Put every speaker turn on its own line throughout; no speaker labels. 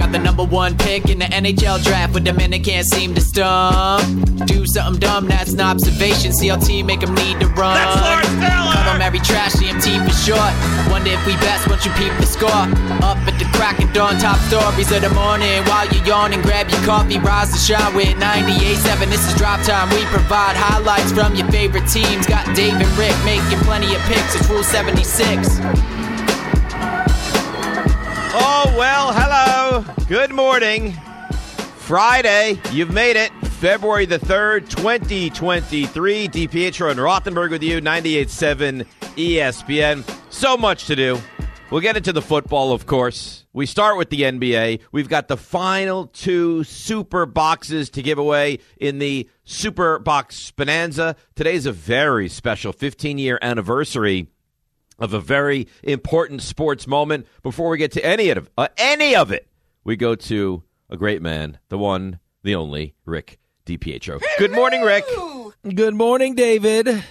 Got the number one pick in the NHL draft, but the man they can't seem to stump. Do something dumb, that's an observation. CLT make them need to run. That's Lars Call them every trash EMT for short. Wonder if we best once you peep the score. Up at the crack of dawn, top stories of the morning. While you yawn and grab your coffee, rise to shine with 98.7. This is drop time. We provide highlights from your favorite teams. Got Dave and Rick making plenty of picks. It's Rule 76.
Oh, well, hello. Good morning. Friday, you've made it. February the 3rd, 2023. DiPietro and Rothenberg with you, 98.7 E ESPN. So much to do. We'll get into the football, of course. We start with the NBA. We've got the final two super boxes to give away in the Super Box Bonanza. Today's a very special 15 year anniversary of a very important sports moment. Before we get to any of uh, any of it, we go to a great man, the one, the only, Rick DiPietro. Good morning, Rick.
Good morning, David.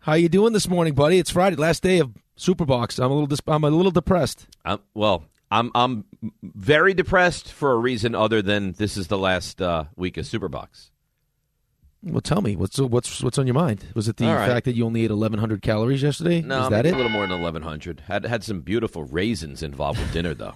How you doing this morning, buddy? It's Friday, last day of Superbox. I'm a little dis- I'm a little depressed.
Um, well, I'm I'm very depressed for a reason other than this is the last uh, week of Superbox.
Well, tell me what's what's what's on your mind? Was it the
All right.
fact that you only ate 1,100 calories yesterday?
No,
is that
maybe
it?
a little more than eleven hundred. Had had some beautiful raisins involved with dinner though.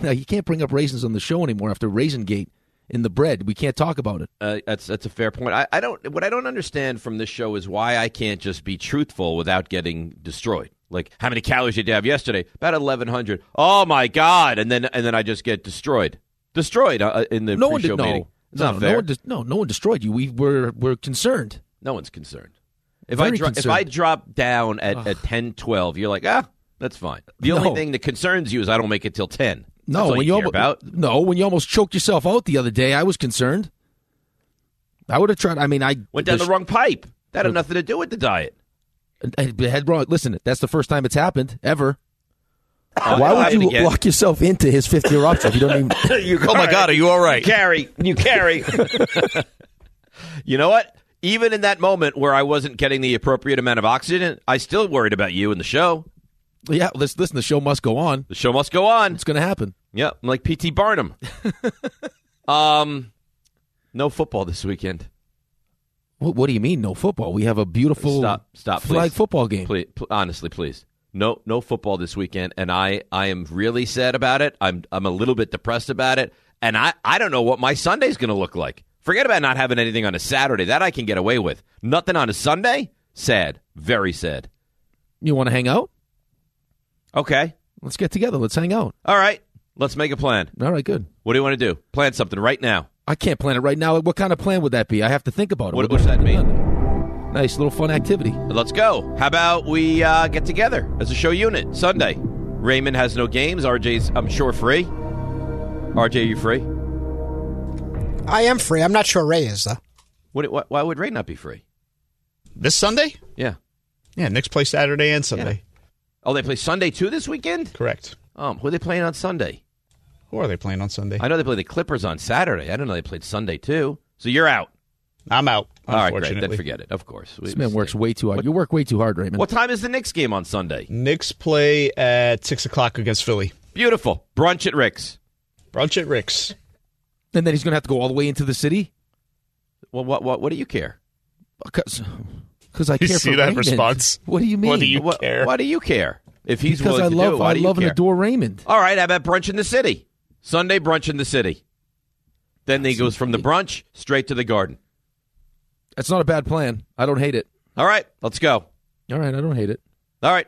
No, you can't bring up raisins on the show anymore after Raisin Gate in the bread. We can't talk about it.
Uh, that's that's a fair point. I, I don't. What I don't understand from this show is why I can't just be truthful without getting destroyed. Like, how many calories did you have yesterday? About eleven hundred. Oh my god! And then and then I just get destroyed, destroyed uh, in the
No one
pre-show
did no.
meeting. It's
no,
not
no,
fair.
one dis- no, no one destroyed you. We were we're concerned.
No one's concerned. If I
Very
dro- if
concerned.
I drop down at, at 10, 12, you're like, ah, that's fine. The only
No.
thing that concerns you is I don't make it till ten.
No,
That's all
when
you
you
care
almo-
about.
no, when you almost choked yourself out the other day, I was concerned. I would have tried. I mean, I
Went down
the
the wrong pipe. That had nothing to do with the diet.
I had wrong. Listen, that's the first time it's happened ever. Why
Uh, I'll have
would
to
you
get-
lock yourself into his fifth year option if you don't even?
oh my God, are you all right? Carry, you carry. you know what? Even in that moment where I wasn't getting the appropriate amount of oxygen, I still worried about you and the show.
yeah, listen, listen, the show must go on.
The show must go on.
It's going to happen.
Yeah, I'm like PT Barnum. um, no football this weekend.
What, what do you mean, no football? We have a beautiful
Stop, stop, please.
flag football game.
Please, pl- honestly, please. No, no football this weekend, and I, I am really sad about it. I'm, I'm a little bit depressed about it, and I, I don't know what my Sunday's going to look like. Forget about not having anything on a Saturday. That I can get away with. Nothing on a Sunday. Sad, very sad.
You want to hang out?
Okay,
Let's get together. Let's hang out.
all right. Let's make a plan.
All right, good.
What do you want to do? Plan something right now.
I can't plan it right now. What kind of plan would that be? I have to think about it.
What,
What-
what does that mean?
Nice little fun activity.
Let's go. How about we uh, get together as a show unit Sunday? Raymond has no games. RJ's, I'm sure, free. RJ, you free?
I am free. I'm not sure Ray is though.
What, why, why would Ray not be free?
This Sunday?
Yeah.
Yeah, Knicks play Saturday and Sunday.
Oh, they play Sunday too this weekend?
Correct.
Um, who are they playing on Sunday?
Who are they playing on Sunday?
I know they play the Clippers on Saturday. I didn't know they played Sunday too. So you're out.
I'm out.
All right, great.
unfortunately.
Then forget it. Of course. We-
This man works way too hard. You work way too hard, Raymond.
What time is the Knicks game on Sunday?
Knicks play at six o'clock against Philly.
Beautiful. Brunch at Rick's.
Brunch at Rick's.
And then he's going to have to go all the way into the city
Well, what what what do you care?
because Uh, I
You
care
see
for
that
Raymond.
response?
What do you mean?
What do you-
What-
care.
Why do you care? If he's
because
willing
I
to
love
do, it, why
I
do you
love and
care?
adore Raymond.
All right, how about brunch in the city? Sunday brunch in the city. Then they goes from the brunch straight to the garden.
That's not a bad plan. I don't hate it.
All right, let's go.
All right, I don't hate it.
All right,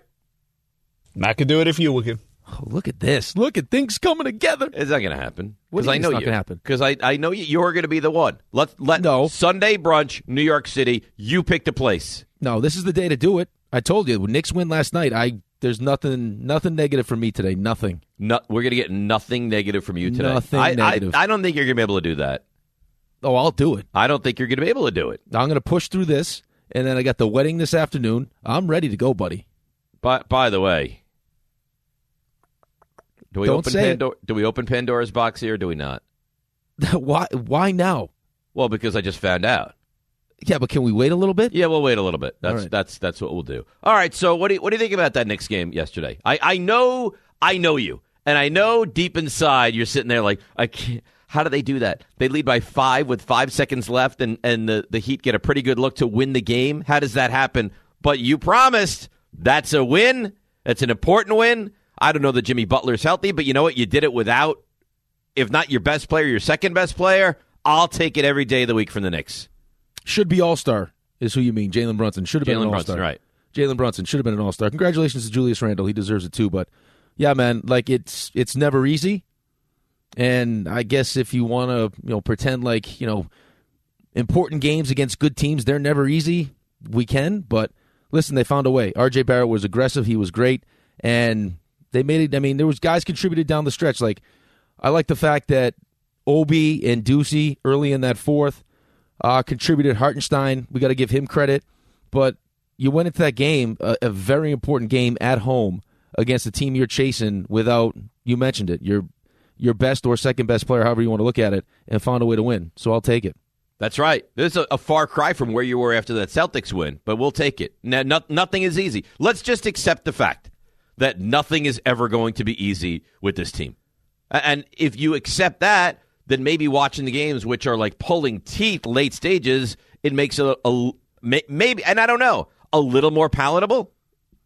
I could do it if you would.
Oh, look at this. Look at things coming together.
it's not going to happen
What do
because
you
I
mean
know
it's not
you.
gonna happen?
because I I know you, you're going to be the one. Let let
No.
Sunday brunch, New York City. You pick the place.
No, this is the day to do it. I told you, when Knicks win last night, I there's nothing nothing negative for me today. Nothing.
No, we're going to get nothing negative from you today.
Nothing
I, I-
negative.
I don't think you're going to be able to do that.
Oh, I'll do it.
I don't think you're going to be able to do it.
I'm going to push through this, and then I got the wedding this afternoon. I'm ready to go, buddy.
By by the way, do we
Don't
open
say it.
Pandora, do we open Pandora's box here or do we not?
why? Why now?
Well, because I just found out.
Yeah, but can we wait a little bit?
Yeah, we'll wait a little bit. That's
right.
that's that's what we'll do. All right. So what do you, what do you think about that Knicks game yesterday? I I know I know you, and I know deep inside you're sitting there like I can't. How do they do that? They lead by five with five seconds left, and and the the Heat get a pretty good look to win the game. How does that happen? But you promised that's a win. That's an important win. I don't know that Jimmy Butler's healthy, but you know what? You did it without, if not your best player, your second best player. I'll take it every day of the week from the Knicks.
Should be All Star is who you mean. Jalen Brunson should have been
Jalen
an All
Brunson,
Star.
right.
Jalen Brunson should have been an All Star. Congratulations to Julius Randle. He deserves it too. But yeah, man, like it's it's never easy. And I guess if you want to, you know, pretend like you know, important games against good teams, they're never easy. We can, but listen, they found a way. R.J. Barrett was aggressive. He was great, and they made it. I mean, there was guys contributed down the stretch. Like I like the fact that Obi and Ducey early in that fourth uh, contributed. Hartenstein, we got to give him credit. But you went into that game, a, a very important game at home against the team you're chasing without, you mentioned it, your, your best or second best player, however you want to look at it, and found a way to win. So I'll take it.
That's right. This is a, a far cry from where you were after that Celtics win, but we'll take it. No, no, nothing is easy. Let's just accept the fact that nothing is ever going to be easy with this team. A- And if you accept that, then maybe watching the games, which are like pulling teeth late stages, it makes it a, a may- maybe, and I don't know, a little more palatable.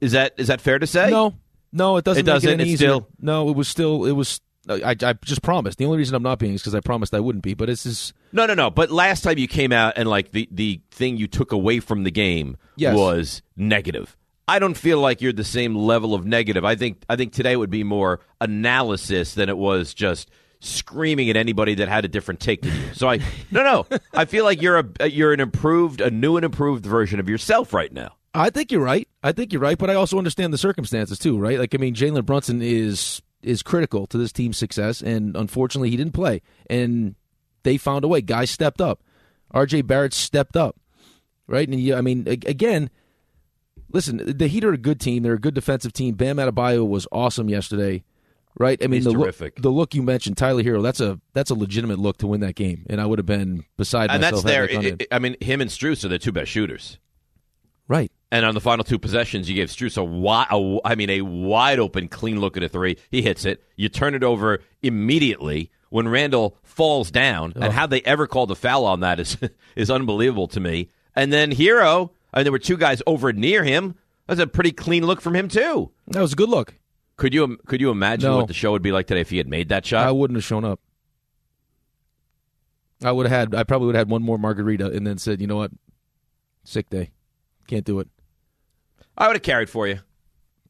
Is that is that fair to say?
No, no, it doesn't.
It
make
doesn't,
any
it's
easier.
still-
No, it was still. It was. I, I just promised. The only reason I'm not being is because I promised I wouldn't be. But it's just.
No, no, no. But last time you came out and like the the thing you took away from the game
Yes.
was negative. I don't feel like you're the same level of negative. I think I think today would be more analysis than it was just screaming at anybody that had a different take than you. So I no no. I feel like you're a you're an improved a new and improved version of yourself right now.
I think you're right. I think you're right, but I also understand the circumstances too, right? Like I mean, Jalen Brunson is is critical to this team's success, and unfortunately, he didn't play, and they found a way. Guys stepped up. R.J. Barrett stepped up, right? And you, I mean, a- again, listen, the Heat are a good team. They're a good defensive team. Bam Adebayo was awesome yesterday, right? I mean,
He's
the
terrific.
look the look you mentioned, Tyler Hero. That's a that's a legitimate look to win that game, and I would have been beside
And that's
myself. had
there.
that gone in.
I- I mean, him and Struce are the two best shooters.
right?
And on the final two possessions, you gave Struce a wide, a, I mean, a wide open, clean look at a three. He hits it. You turn it over immediately when Randall falls down. And how they ever called a foul on that is is unbelievable to me. And then Hero, and there were two guys over near him. That's a pretty clean look from him too.
That was a good look.
Could you could you imagine
No.
what the show would be like today if he had made that
I
shot?
wouldn't have shown up. I would have had. I probably would have had one more margarita and then said, "You know what? Sick day, can't do it."
I would have carried for you.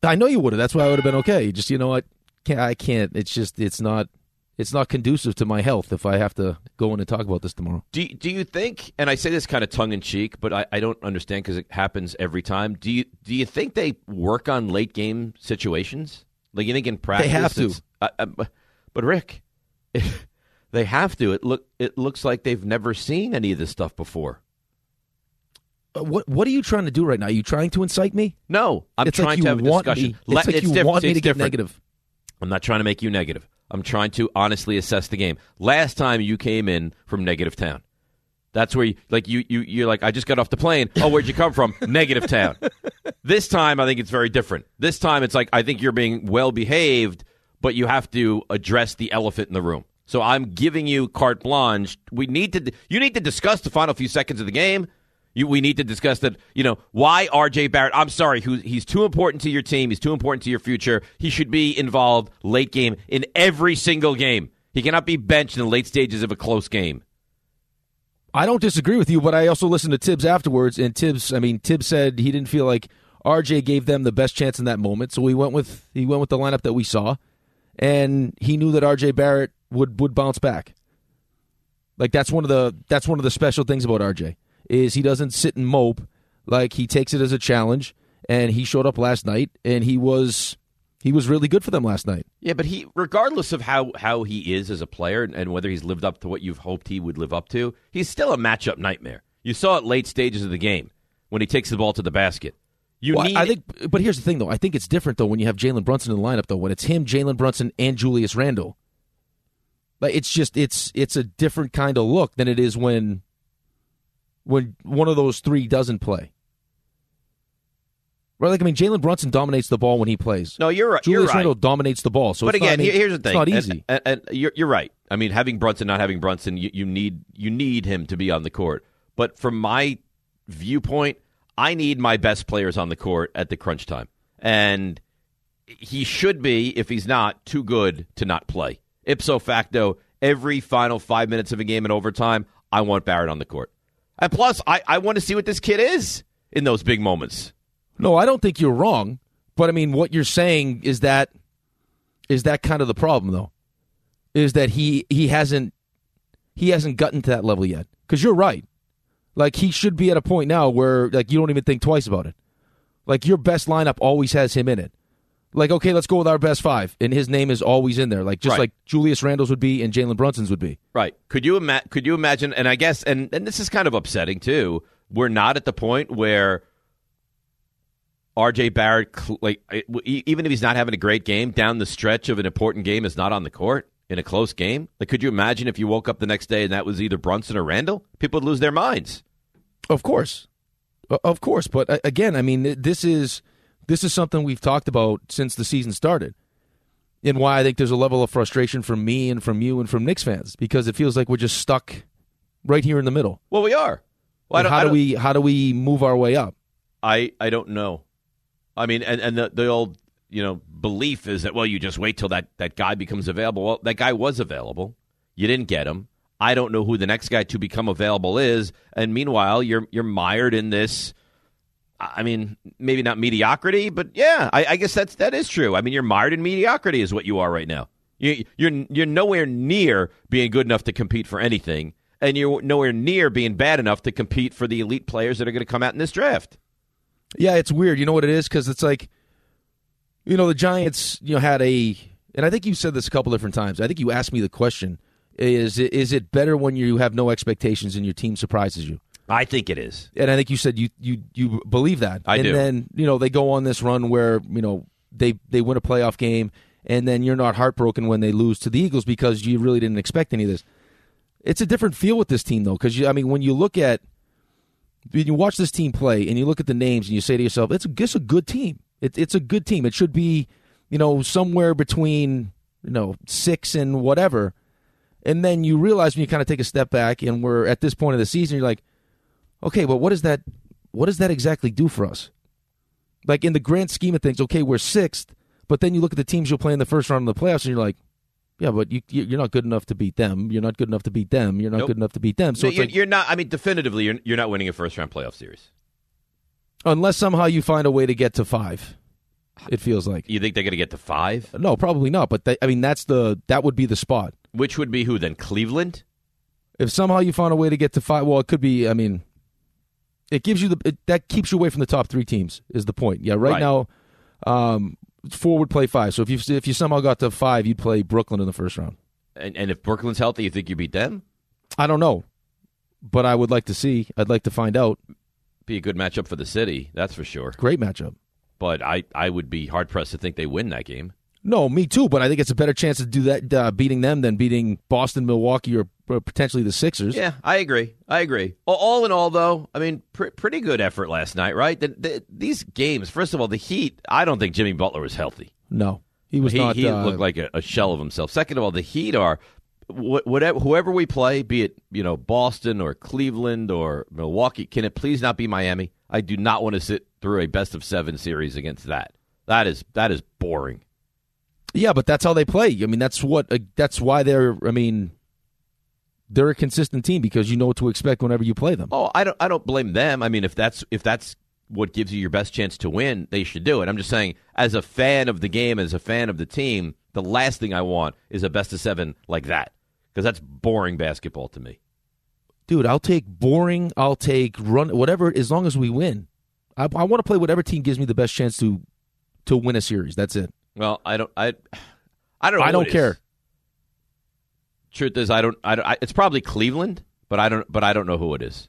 I know you would have. That's why I would have been okay. Just you know what? Can't, I can't. It's just it's not it's not conducive to my health if I have to go in and talk about this tomorrow.
Do do you think? And I say this kind of tongue in cheek, but I, I don't understand because it happens every time. Do you do you think they work on late game situations? Like you think in practice
have to.
it's- I, I, but but Rick, they have to. It look it looks like they've never seen any of this stuff before.
Uh, What what are you trying to do right now? Are you trying to incite me?
No, I'm
it's
trying
like you
to have a
want
discussion.
me.
Let-
it's like you
different.
want me
It's
to get
different.
negative.
I'm not trying to make you negative. I'm trying to honestly assess the game. Last time you came in from negative town. That's where you like you you you're like I just got off the plane. Oh, where'd you come from? negative town. This time I think it's very different. This time it's like I think you're being well behaved, but you have to address the elephant in the room. So I'm giving you carte blanche. We need to you need to discuss the final few seconds of the game. You, we need to discuss that. You know why R.J. Barrett? I'm sorry, who, he's too important to your team. He's too important to your future. He should be involved late game in every single game. He cannot be benched in the late stages of a close game.
I don't disagree with you, but I also listened to Tibbs afterwards, and Tibbs, I mean, Tibbs said he didn't feel like RJ gave them the best chance in that moment, so he went with he went with the lineup that we saw, and he knew that RJ Barrett would would bounce back. Like that's one of the that's one of the special things about RJ is he doesn't sit and mope. Like he takes it as a challenge, and he showed up last night, and he was he was really good for them last night.
Yeah, but he, regardless of how, how he is as a player and, and whether he's lived up to what you've hoped he would live up to, he's still a matchup nightmare. You saw it late stages of the game when he takes the ball to the basket. You
Well, I-
need,
I think, but here's the thing, though. I think it's different though when you have Jalen Brunson in the lineup, though. When it's him, Jalen Brunson, and Julius Randle, like it's just it's it's a different kind of look than it is when when one of those three doesn't play. Right? Like I mean, Jalen Brunson dominates the ball when he plays.
No, you're right.
Julius
you're right.
Randle dominates the ball. So
but
it's not- I
again,
mean,
here- here's the thing.
It's not
and-
easy.
And, and you're, you're right. I mean, having Brunson, not having Brunson, you, you need you need him to be on the court. But from my viewpoint, I need my best players on the court at the crunch time, and he should be, if he's not, too good to not play. Ipso facto, every final five minutes of a game in overtime, I want Barrett on the court. And plus, I, I want to see what this kid is in those big moments.
No, I don't think you're wrong, but I mean what you're saying is that is that kind of the problem though? Is that he he hasn't he hasn't gotten to that level yet. Cuz you're right. Like he should be at a point now where like you don't even think twice about it. Like your best lineup always has him in it. Like okay, let's go with our best 5 and his name is always in there. Like just
Right.
like Julius Randle's would be and Jalen Brunson's would be.
Right. Could you ima- could you imagine and I guess and, and this is kind of upsetting too. We're not at the point where RJ Barrett cl- like e- e- even if he's not having a great game down the stretch of an important game is not on the court in a close game. Like could you imagine if you woke up the next day and that was either Brunson or Randall? People would lose their minds.
Of course, O- of course. But uh, again, I mean, th- this is this is something we've talked about since the season started, and why I think there's a level of frustration from me and from you and from Knicks fans because it feels like we're just stuck right here in the middle.
Well, we are. Well, I
And
don't-
how
I
do
don't-
we how do we move our way up?
I I don't know. I mean, and and the, the old you know belief is that well, you just wait till that that guy becomes available. Well, that guy was available. You didn't get him. I don't know who the next guy to become available is. And meanwhile, you're you're mired in this. I I mean, maybe not mediocrity, but yeah, I, I guess that's that is true. I mean, you're mired in mediocrity is what you are right now. You, you're you're nowhere near being good enough to compete for anything, and you're nowhere near being bad enough to compete for the elite players that are going to come out in this draft.
Yeah, it's weird. You know what it is? Because it's like, you know, the Giants, you know, had a, and I think you said this a couple different times. I think you asked me the question: is it- is it better when you have no expectations and your team surprises you?
I think it is.
and I think you said you you you believe that.
I
and
do.
then you know they go on this run where you know they they win a playoff game, and then you're not heartbroken when they lose to the Eagles because you really didn't expect any of this. It's a different feel with this team though, because I mean when you look at when you watch this team play and you look at the names and you say to yourself, it's a, it's a good team. It, it's a good team. It should be, you know, somewhere between you know six and whatever. And then you realize when you kind of take a step back and we're at this point of the season, you're like, okay, but what does that what does that exactly do for us? Like in the grand scheme of things, okay, we're sixth, but then you look at the teams you'll play in the first round of the playoffs, and you're like, yeah, but you you- you're not good enough to beat them. You're not good enough to beat them. You're not
Nope.
good enough to beat them. Um, So
So
it's
you're,
like,
you're not. I mean, definitively, you're, you're not winning a first round playoff series.
unless somehow you find a way to get to five, it feels like
You think they're going to get to five?
no, probably not. But that, I mean, that's the that would be the spot.
Which would be who then? Cleveland.
If somehow you found a way to get to five, well, it could be. I mean, it gives you the it, that keeps you away from the top three teams is the point. Yeah, right,
Right.
now, um, four would play five. So if you if you somehow got to five, you'd play Brooklyn in the first round.
And, and if Brooklyn's healthy, you think you beat them?
I don't know, but I would like to see. I'd like to find out.
Be a good matchup for the city, that's for sure.
Great matchup.
But I, I would be hard pressed to think they win that game.
No, me too. But I think it's a better chance to do that uh, beating them than beating Boston, Milwaukee, or, or potentially the Sixers.
Yeah, I agree. I agree. All, all in all, though, I mean, pr- pretty good effort last night, right? The, the, these games, first of all, the Heat. I don't think Jimmy Butler was healthy.
No, he was
he,
not.
he
uh,
looked like a, a shell of himself. Second of all, the Heat are wh- whatever whoever we play, be it you know Boston or Cleveland or Milwaukee. Can it please not be Miami? I do not want to sit through a best of seven series against that. That is that is boring.
Yeah, but that's how they play. I mean, that's what. Uh, that's why they're. I mean, they're a consistent team because you know what to expect whenever you play them.
Oh, I don't I don't blame them. I mean, if that's if that's what gives you your best chance to win, they should do it. I'm just saying, as a fan of the game, as a fan of the team, the last thing I want is a best of seven like that because that's boring basketball to me.
Dude, I'll take boring. I'll take run whatever as long as we win. I, I want to play whatever team gives me the best chance to to win a series. That's it.
Well, I don't I I don't know
I
who
don't
it is.
care.
Truth is, I don't I, don't, I it's probably Cleveland, but I don't but I don't know who it is.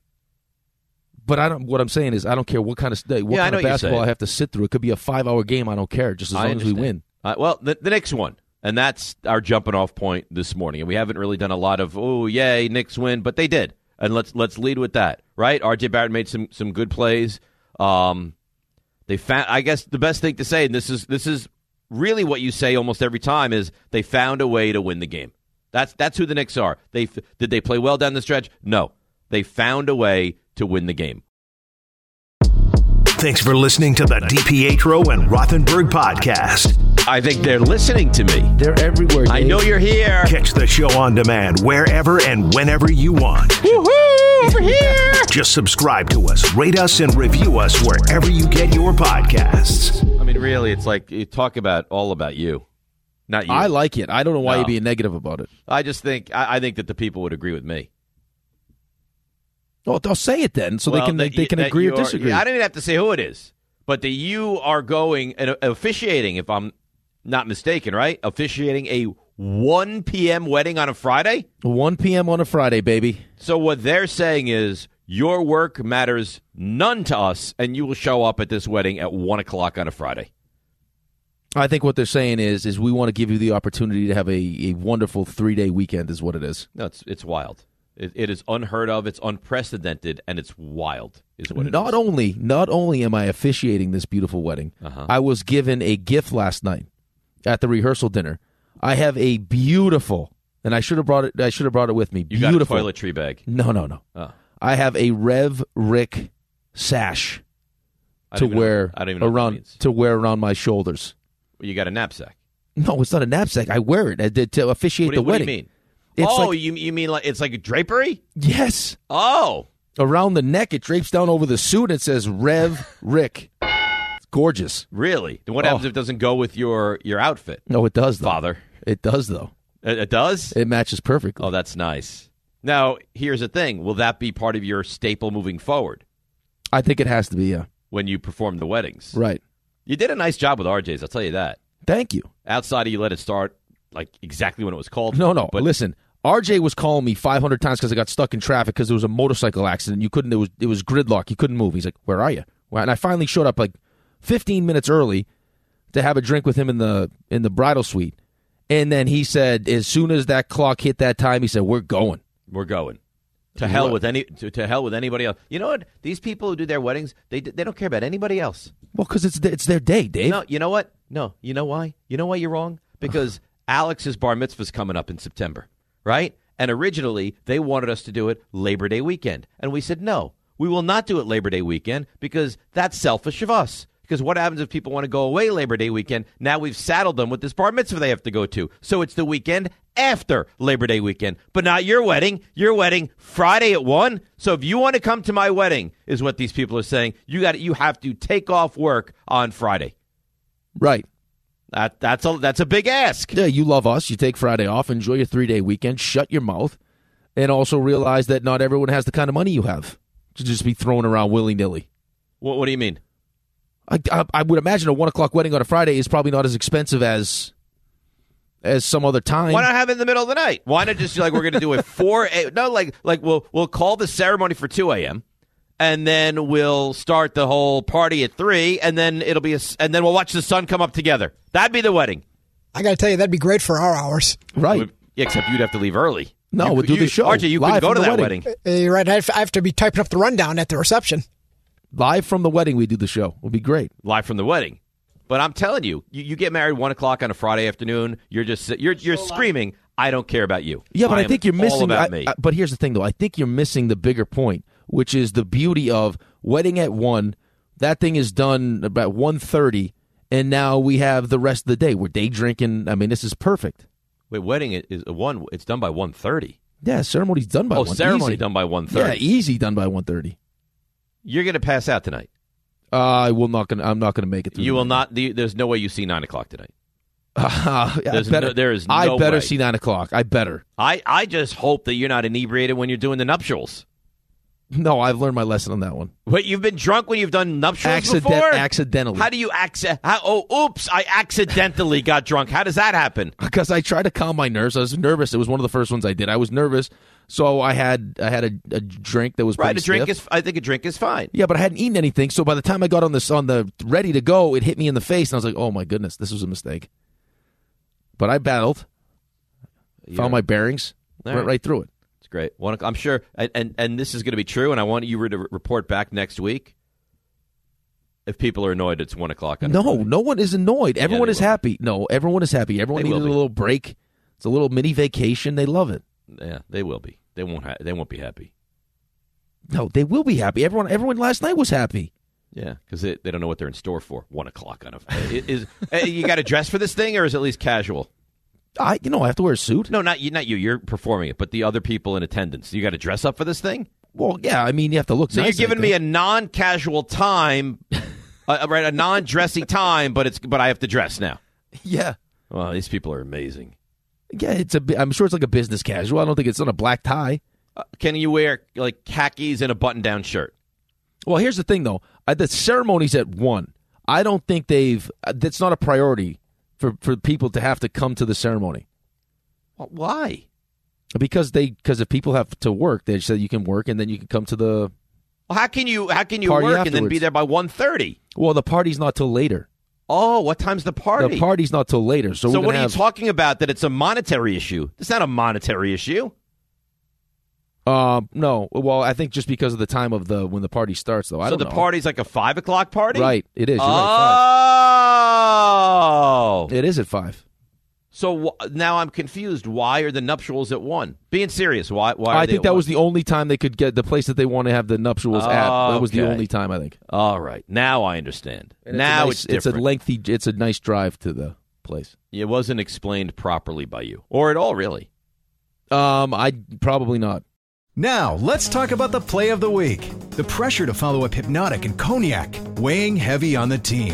But I don't. What I'm saying is, I don't care what kind of st- what
Yeah,
kind
I know
of
what you're
basketball
saying.
I have to sit through. It could be a five hour game. I don't care. Just as
I
long as we
understand.
win.
Uh, well, the, the next one, and that's our jumping off point this morning. And we haven't really done a lot of oh yay Knicks win, but they did, and let's let's lead with that, right? R.J. Barrett made some some good plays. Um, they found, I guess, the best thing to say, and this is this is really what you say almost every time is they found a way to win the game. That's that's who the Knicks are. They f- did they play well down the stretch? No, they found a way to win the game.
Thanks for listening to the DPetro and Rothenberg podcast.
I think they're listening to me.
They're everywhere.
I
Dave.
know you're here.
Catch the show on demand wherever and whenever you want.
Woohoo! Over here.
Just subscribe to us, rate us, and review us wherever you get your podcasts.
I mean, really, it's like you talk about all about you, not you.
I like it. I don't know why
No.
you're being negative about it.
I just think I, I think that the people would agree with me,
Oh, they'll say it then, so
Well,
they can they,
that
they
you-
can
that
agree
you
or
are-
disagree.
I don't even have to say who it is, but that you are going and officiating, if I'm not mistaken, right? Officiating a 1 p.m. wedding on a Friday.
1 p.m. on a Friday, baby.
So what they're saying is your work matters none to us, and you will show up at this wedding at one o'clock on a Friday.
I think what they're saying is is we want to give you the opportunity to have a, a wonderful three day weekend is what it is.
No, it's it's wild. It, it is unheard of. It's unprecedented, and it's wild. Is what it is.
not only not only am I officiating this beautiful wedding,
Uh-huh.
I was given a gift last night at the rehearsal dinner. I have a beautiful and I should have brought it I should have brought it with me.
You
beautiful
got a toiletry bag.
No no no.
Oh.
I have a Rev Rick sash
I
to
don't even know-
wear
I don't even know what that
around
means.
to wear around my shoulders.
You got a knapsack.
No, it's not a knapsack. I wear it I did to officiate
What, do,
the
you- what do
wedding.
you mean?
It's
oh,
like-
you you mean like it's like a drapery?
Yes.
Oh,
around the neck. It drapes down over the suit. And it says Rev Rick. It's gorgeous. Oh.
really? Then what happens if it doesn't go with your your outfit,
No, it does though.
father?
It does though.
It, it does.
It matches perfectly.
oh, that's nice. Now, here's the thing: Will that be part of your staple moving forward
I think it has to be. Yeah.
when you perform the weddings?
Right.
You did a nice job with RJ's. I'll tell you that.
Thank you.
Outside of you let it start like exactly when it was called.
No, no.
But
listen, RJ was calling me 500 times because I got stuck in traffic because there was a motorcycle accident. You couldn't. It was it was gridlock. You couldn't move. He's like, "Where are you?" Well, And I finally showed up like 15 minutes early to have a drink with him in the in the bridal suite. And then he said, as soon as that clock hit that time, he said, "We're going."
we're going. To hell with any to, to hell with anybody else. You know what? These people who do their weddings, they they don't care about anybody else.
Well, because it's th- it's their day, Dave.
No, you know what? No, you know why? You know why you're wrong? Because Alex's bar mitzvah's coming up in September, right? And originally they wanted us to do it Labor Day weekend, and we said no, we will not do it Labor Day weekend because that's selfish of us. Because what happens if people want to go away Labor Day weekend? Now we've saddled them with this bar mitzvah they have to go to, so it's the weekend after Labor Day weekend, but not your wedding. Your wedding Friday at one. So if you want to come to my wedding, is what these people are saying. You got you have to take off work on Friday.
Right.
That that's a that's a big ask.
Yeah, you love us. You take Friday off, enjoy your three day weekend, shut your mouth, and also realize that not everyone has the kind of money you have to just be thrown around willy nilly.
What, what do you mean?
I, I, I would imagine a one o'clock wedding on a Friday is probably not as expensive as as some other time.
Why not have it in the middle of the night? Why not just like we're going to do it four? A, no, like like we'll we'll call the ceremony for two a.m. and then we'll start the whole party at three, and then it'll be a, s- and then we'll watch the sun come up together. That'd be the wedding,
I got to tell you, that'd be great for our hours.
right?
Except you'd have to leave early.
No,
You
we'll
cou-
do
you,
the show
RJ, you
live
couldn't go
from
to
the
that
wedding.
wedding.
Uh, you're right. I have, I have to be typing up the rundown at the reception.
Live from the wedding, we do the show. It'll be great.
live from the wedding. But I'm telling you, you, you get married one o'clock on a Friday afternoon. You're just si- you're you're screaming. I don't care about you.
Yeah, but I,
am
think you're
all
missing.
about
I-
me.
I- but here's the thing, though. I think you're missing the bigger point, which is the beauty of wedding at one. That thing is done about 1.30, and now we have the rest of the day. We're day drinking. I mean, this is perfect.
Wait, wedding is, is one. It's done by one thirty.
Yeah, ceremony's done by
Oh,
one.
ceremony
Easy.
done by one
Yeah,
thirty.
easy done by one thirty.
You're going to pass out tonight.
Uh, I will not. Gonna, I'm not going to make it through.
You will not. the- There's no way you see nine o'clock tonight.
I
There's
better,
no- there is
I
no
better
way.
see nine o'clock. I better.
I, I just hope that you're not inebriated when you're doing the nuptials.
No, I've learned my lesson on that one.
Wait, you've been drunk when you've done nuptials
Accident-
before?
accidentally.
How do you acci- how, Oh, oops! I accidentally got drunk. How does that happen?
because I tried to calm my nerves. I was nervous. It was one of the first ones I did. I was nervous, so I had I had a, a drink that was
Right,
pretty
a drink
stiff.
is. I think a drink is fine.
yeah, but I hadn't eaten anything. So by the time I got on this on the ready to go, it hit me in the face, and I was like, "Oh my goodness, this was a mistake." But I battled, found my bearings,
All
went
right.
right through it.
It's great. One, o'clock- I'm sure, and, and and this is going to be true. And I want you to re- report back next week. If people are annoyed, it's one o'clock. on a
No,
Friday.
no one is annoyed. Everyone
they
is
will be.
happy. No, everyone is happy. Everyone
They
needed
will
a
be.
little break. It's a little mini vacation. They love it.
yeah, they will be. They won't. Ha- they won't be happy.
No, they will be happy. Everyone, everyone last night was happy.
Yeah, because they, they don't know what they're in store for. One o'clock on a it is eh, you got to dress for this thing, or is it at least casual?
I, you know, I have to wear a suit.
No, not you. Not you. You're performing it, but the other people in attendance. You got to dress up for this thing.
Well, yeah, I mean, you have to look.
So
nice, I
you're giving me
think.
a non-casual time, uh, right? A non-dressy time, but it's but I have to dress now.
yeah.
Well, these people are amazing.
Yeah, it's a. bu- I'm sure it's like a business casual. I don't think it's not a black tie. Uh,
Can you wear like khakis and a button-down shirt?
Well, here's the thing though. Uh, the ceremony's at one. I don't think they've. uh, That's not a priority for for people to have to come to the ceremony
Well, why?
because they because if people have to work, they said you can work and then you can come to the.
Well, how can you how can you
Party
work and then
afterwards.
be there by 1.30?
Well, the party's not till later.
Oh, what time's the party?
The party's not till later. So,
so
we're
what
gonna
are you
have,
talking about? That it's a monetary issue? It's not a monetary issue.
Um, no. Well, I think just because of the time of the when the party starts though. I
so
don't
the
know.
party's like a five o'clock party,
Right. It is. You're right,
Oh,
five. It is at five.
so wh- now I'm confused. Why are the nuptials at one? Being serious, why? Why? Are
I
they
think
at
that
one?
was the only time they could get the place that they want to have the nuptials at. That was the
Okay.
only time I think.
All right, now I understand.
And
now
it's, a
it's,
nice-
different.
a lengthy. It's a nice drive to the place.
it wasn't explained properly by you, or at all, really.
Um, I probably not.
Now, let's talk about the play of the week. The pressure to follow up Hypnotic and Cognac, weighing heavy on the team.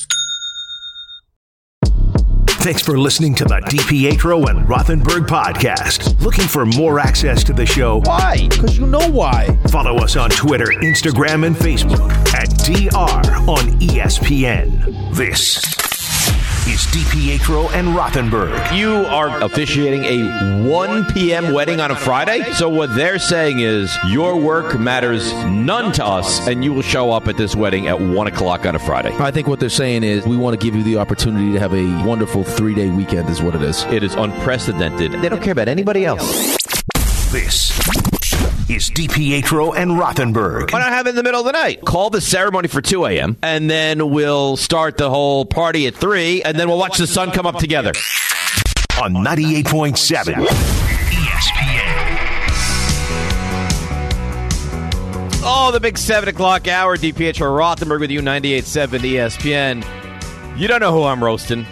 Thanks for listening to the DPetro and Rothenberg podcast. Looking for more access to the show?
Why? Because you know why.
Follow us on Twitter, Instagram, and Facebook at DR on E ESPN. This is DiPietro and Rothenberg.
You are officiating a 1 p.m. wedding on a Friday. So what they're saying is your work matters none to us, and you will show up at this wedding at one o'clock on a Friday.
I think what they're saying is we want to give you the opportunity to have a wonderful three day weekend. Is what it is.
It is unprecedented. They don't care about anybody else.
This is DiPietro and Rothenberg.
Why not have it in the middle of the night? Call the ceremony for 2 a.m., and then we'll start the whole party at 3, and then we'll watch the sun come up together.
on 98.7 ESPN.
Oh, the big 7 o'clock hour. DPH or Rothenberg with you, 98.7 ESPN. You don't know who I'm roasting.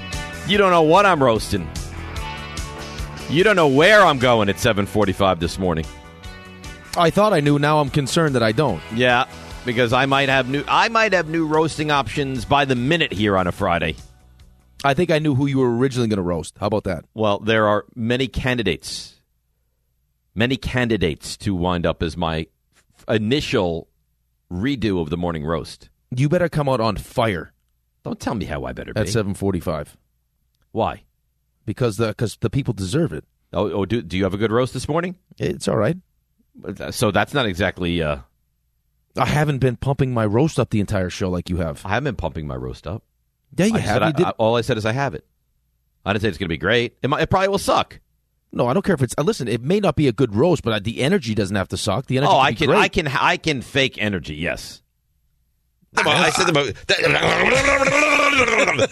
You don't know what I'm roasting. You don't know where I'm going at 745 this morning.
I thought I knew. Now I'm concerned that I don't.
Yeah, because I might have new I might have new roasting options by the minute here on a Friday.
I think I knew who you were originally going to roast. How about that?
Well, there are many candidates, many candidates to wind up as my f- initial redo of the morning roast.
You better come out on fire
Don't tell me how I better
at
be.
7:45
Why?
because the because the people deserve it.
Oh, oh do, do you have a good roast this morning?
It's all right.
So that's not exactly. Uh,
I haven't been pumping my roast up the entire show like you have.
I haven't been pumping my roast up.
Yeah, you
I
have.
said I-
You did-
I- all I said is I have it. I didn't say it's going to be great. It, might, it probably will suck.
no, I don't care if it's. uh, Listen, it may not be a good roast, but uh, the energy doesn't have to suck. The energy.
Oh,
can
I
be
can,
great.
I can, I can fake energy. Yes,
I said the most.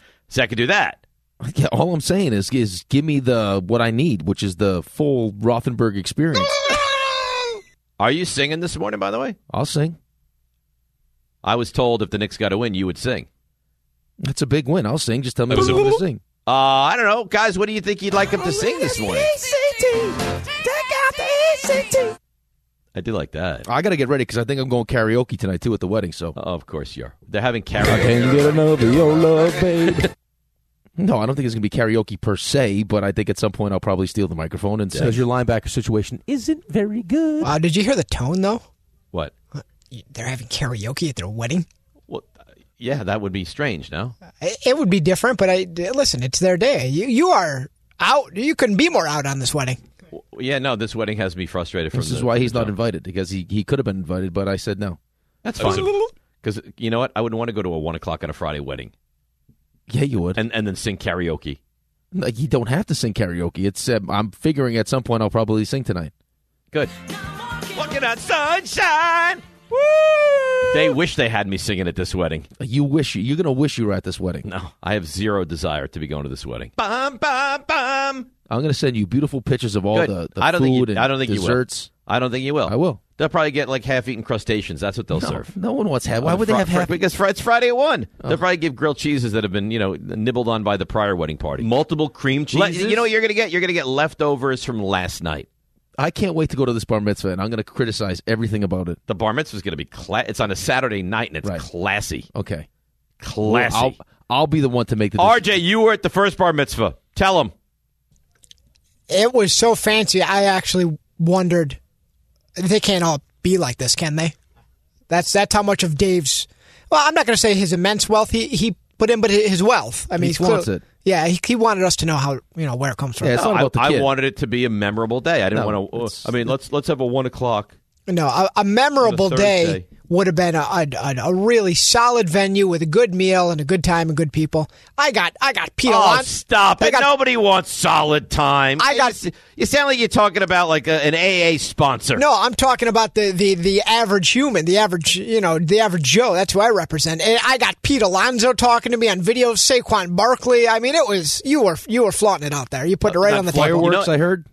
so I can do that.
Yeah, all I'm saying is, is give me the what I need, which is the full Rothenberg experience.
Are you singing this morning? By the way,
I'll sing.
I was told if the Knicks got a win, you would sing.
That's a big win. I'll sing. Just tell me what you want to sing.
Uh, I don't know, guys. What do you think you'd like him to sing this morning? I do like that.
I got to get ready because I think I'm going karaoke tonight too at the wedding. So
Oh, of course you are. They're having karaoke.
can get enough of your love, babe. No, I don't think it's going to be karaoke per se, but I think at some point I'll probably steal the microphone and sing.
Because your linebacker situation isn't very good.
Wow, Uh, did you hear the tone though?
What?
They're having karaoke at their wedding.
Well, yeah, that would be strange. No,
It it would be different, but I listen. It's their day. You you are out. You couldn't be more out on this wedding.
W- yeah, no. This wedding has me frustrated. From
This is
the-
why he's
the
not
jump.
invited because he, he could have been invited, but I said no.
That's fine. Because you know what, I wouldn't want to go to a one o'clock on a Friday wedding
Yeah, you would.
and and then sing karaoke.
No, you don't have to sing karaoke. It's um, I'm figuring at some point I'll probably sing tonight.
Good. Looking at sunshine. Woo! They wish they had me singing at this wedding.
You wish you, you're going to wish you were at this wedding.
No, I have zero desire to be going to this wedding. Bum bum bum.
I'm going to send you beautiful pictures of all
Good.
the, the
I don't
food
think you-
and
I don't think you will.
desserts.
I don't think you will.
I will.
They'll probably get like half-eaten crustaceans. That's what they'll
No,
serve.
no one wants half. Why
On
would they
Fri-
have Oh.
Fri-
half?
Because Fri- it's Friday at one. They'll probably give grilled cheeses that have been you know nibbled on by the prior wedding party.
Multiple cream
Le-
cheeses.
you know what you're gonna get? You're gonna get leftovers from last night.
I can't wait to go to this bar mitzvah, and I'm going to criticize everything about it.
The bar mitzvah's gonna be cla- it's on a Saturday night and it's
Right.
classy,
Okay,
classy.
I'll I'll be the one to make the decision.
RJ, you were at the first bar mitzvah. Tell him.
It was so fancy. I actually wondered. They can't all be like this, can they? That's that's how much of Dave's. Well, I'm not going to say his immense wealth he he put in, but his wealth. I mean,
He
he's
wants
clear-
it.
Yeah, he, he wanted us to know how you know where it comes from.
Yeah, it's not
I,
about the
I
kid.
wanted it to be a memorable day. I didn't
No,
want
it's-
to. I mean, let's let's have a one o'clock.
No, a, a memorable
On a
day
Thursday.
would have been a, a, a- a really solid venue with a good meal and a good time and good people. I got I got Pete
Oh,
Alonso.
stop
I
it!
got-
Nobody wants solid time.
I
You
got-
just- You sound like you're talking about like a, an AA sponsor.
No, I'm talking about the, the, the average human, the average you know the average Joe. That's who I represent. And I got Pete Alonso talking to me on video. Saquon Barkley. I mean, it was you were you were flaunting it out there. You put it right
not
on the
Uh, fireworks.
table.
You know-
Fireworks, I heard.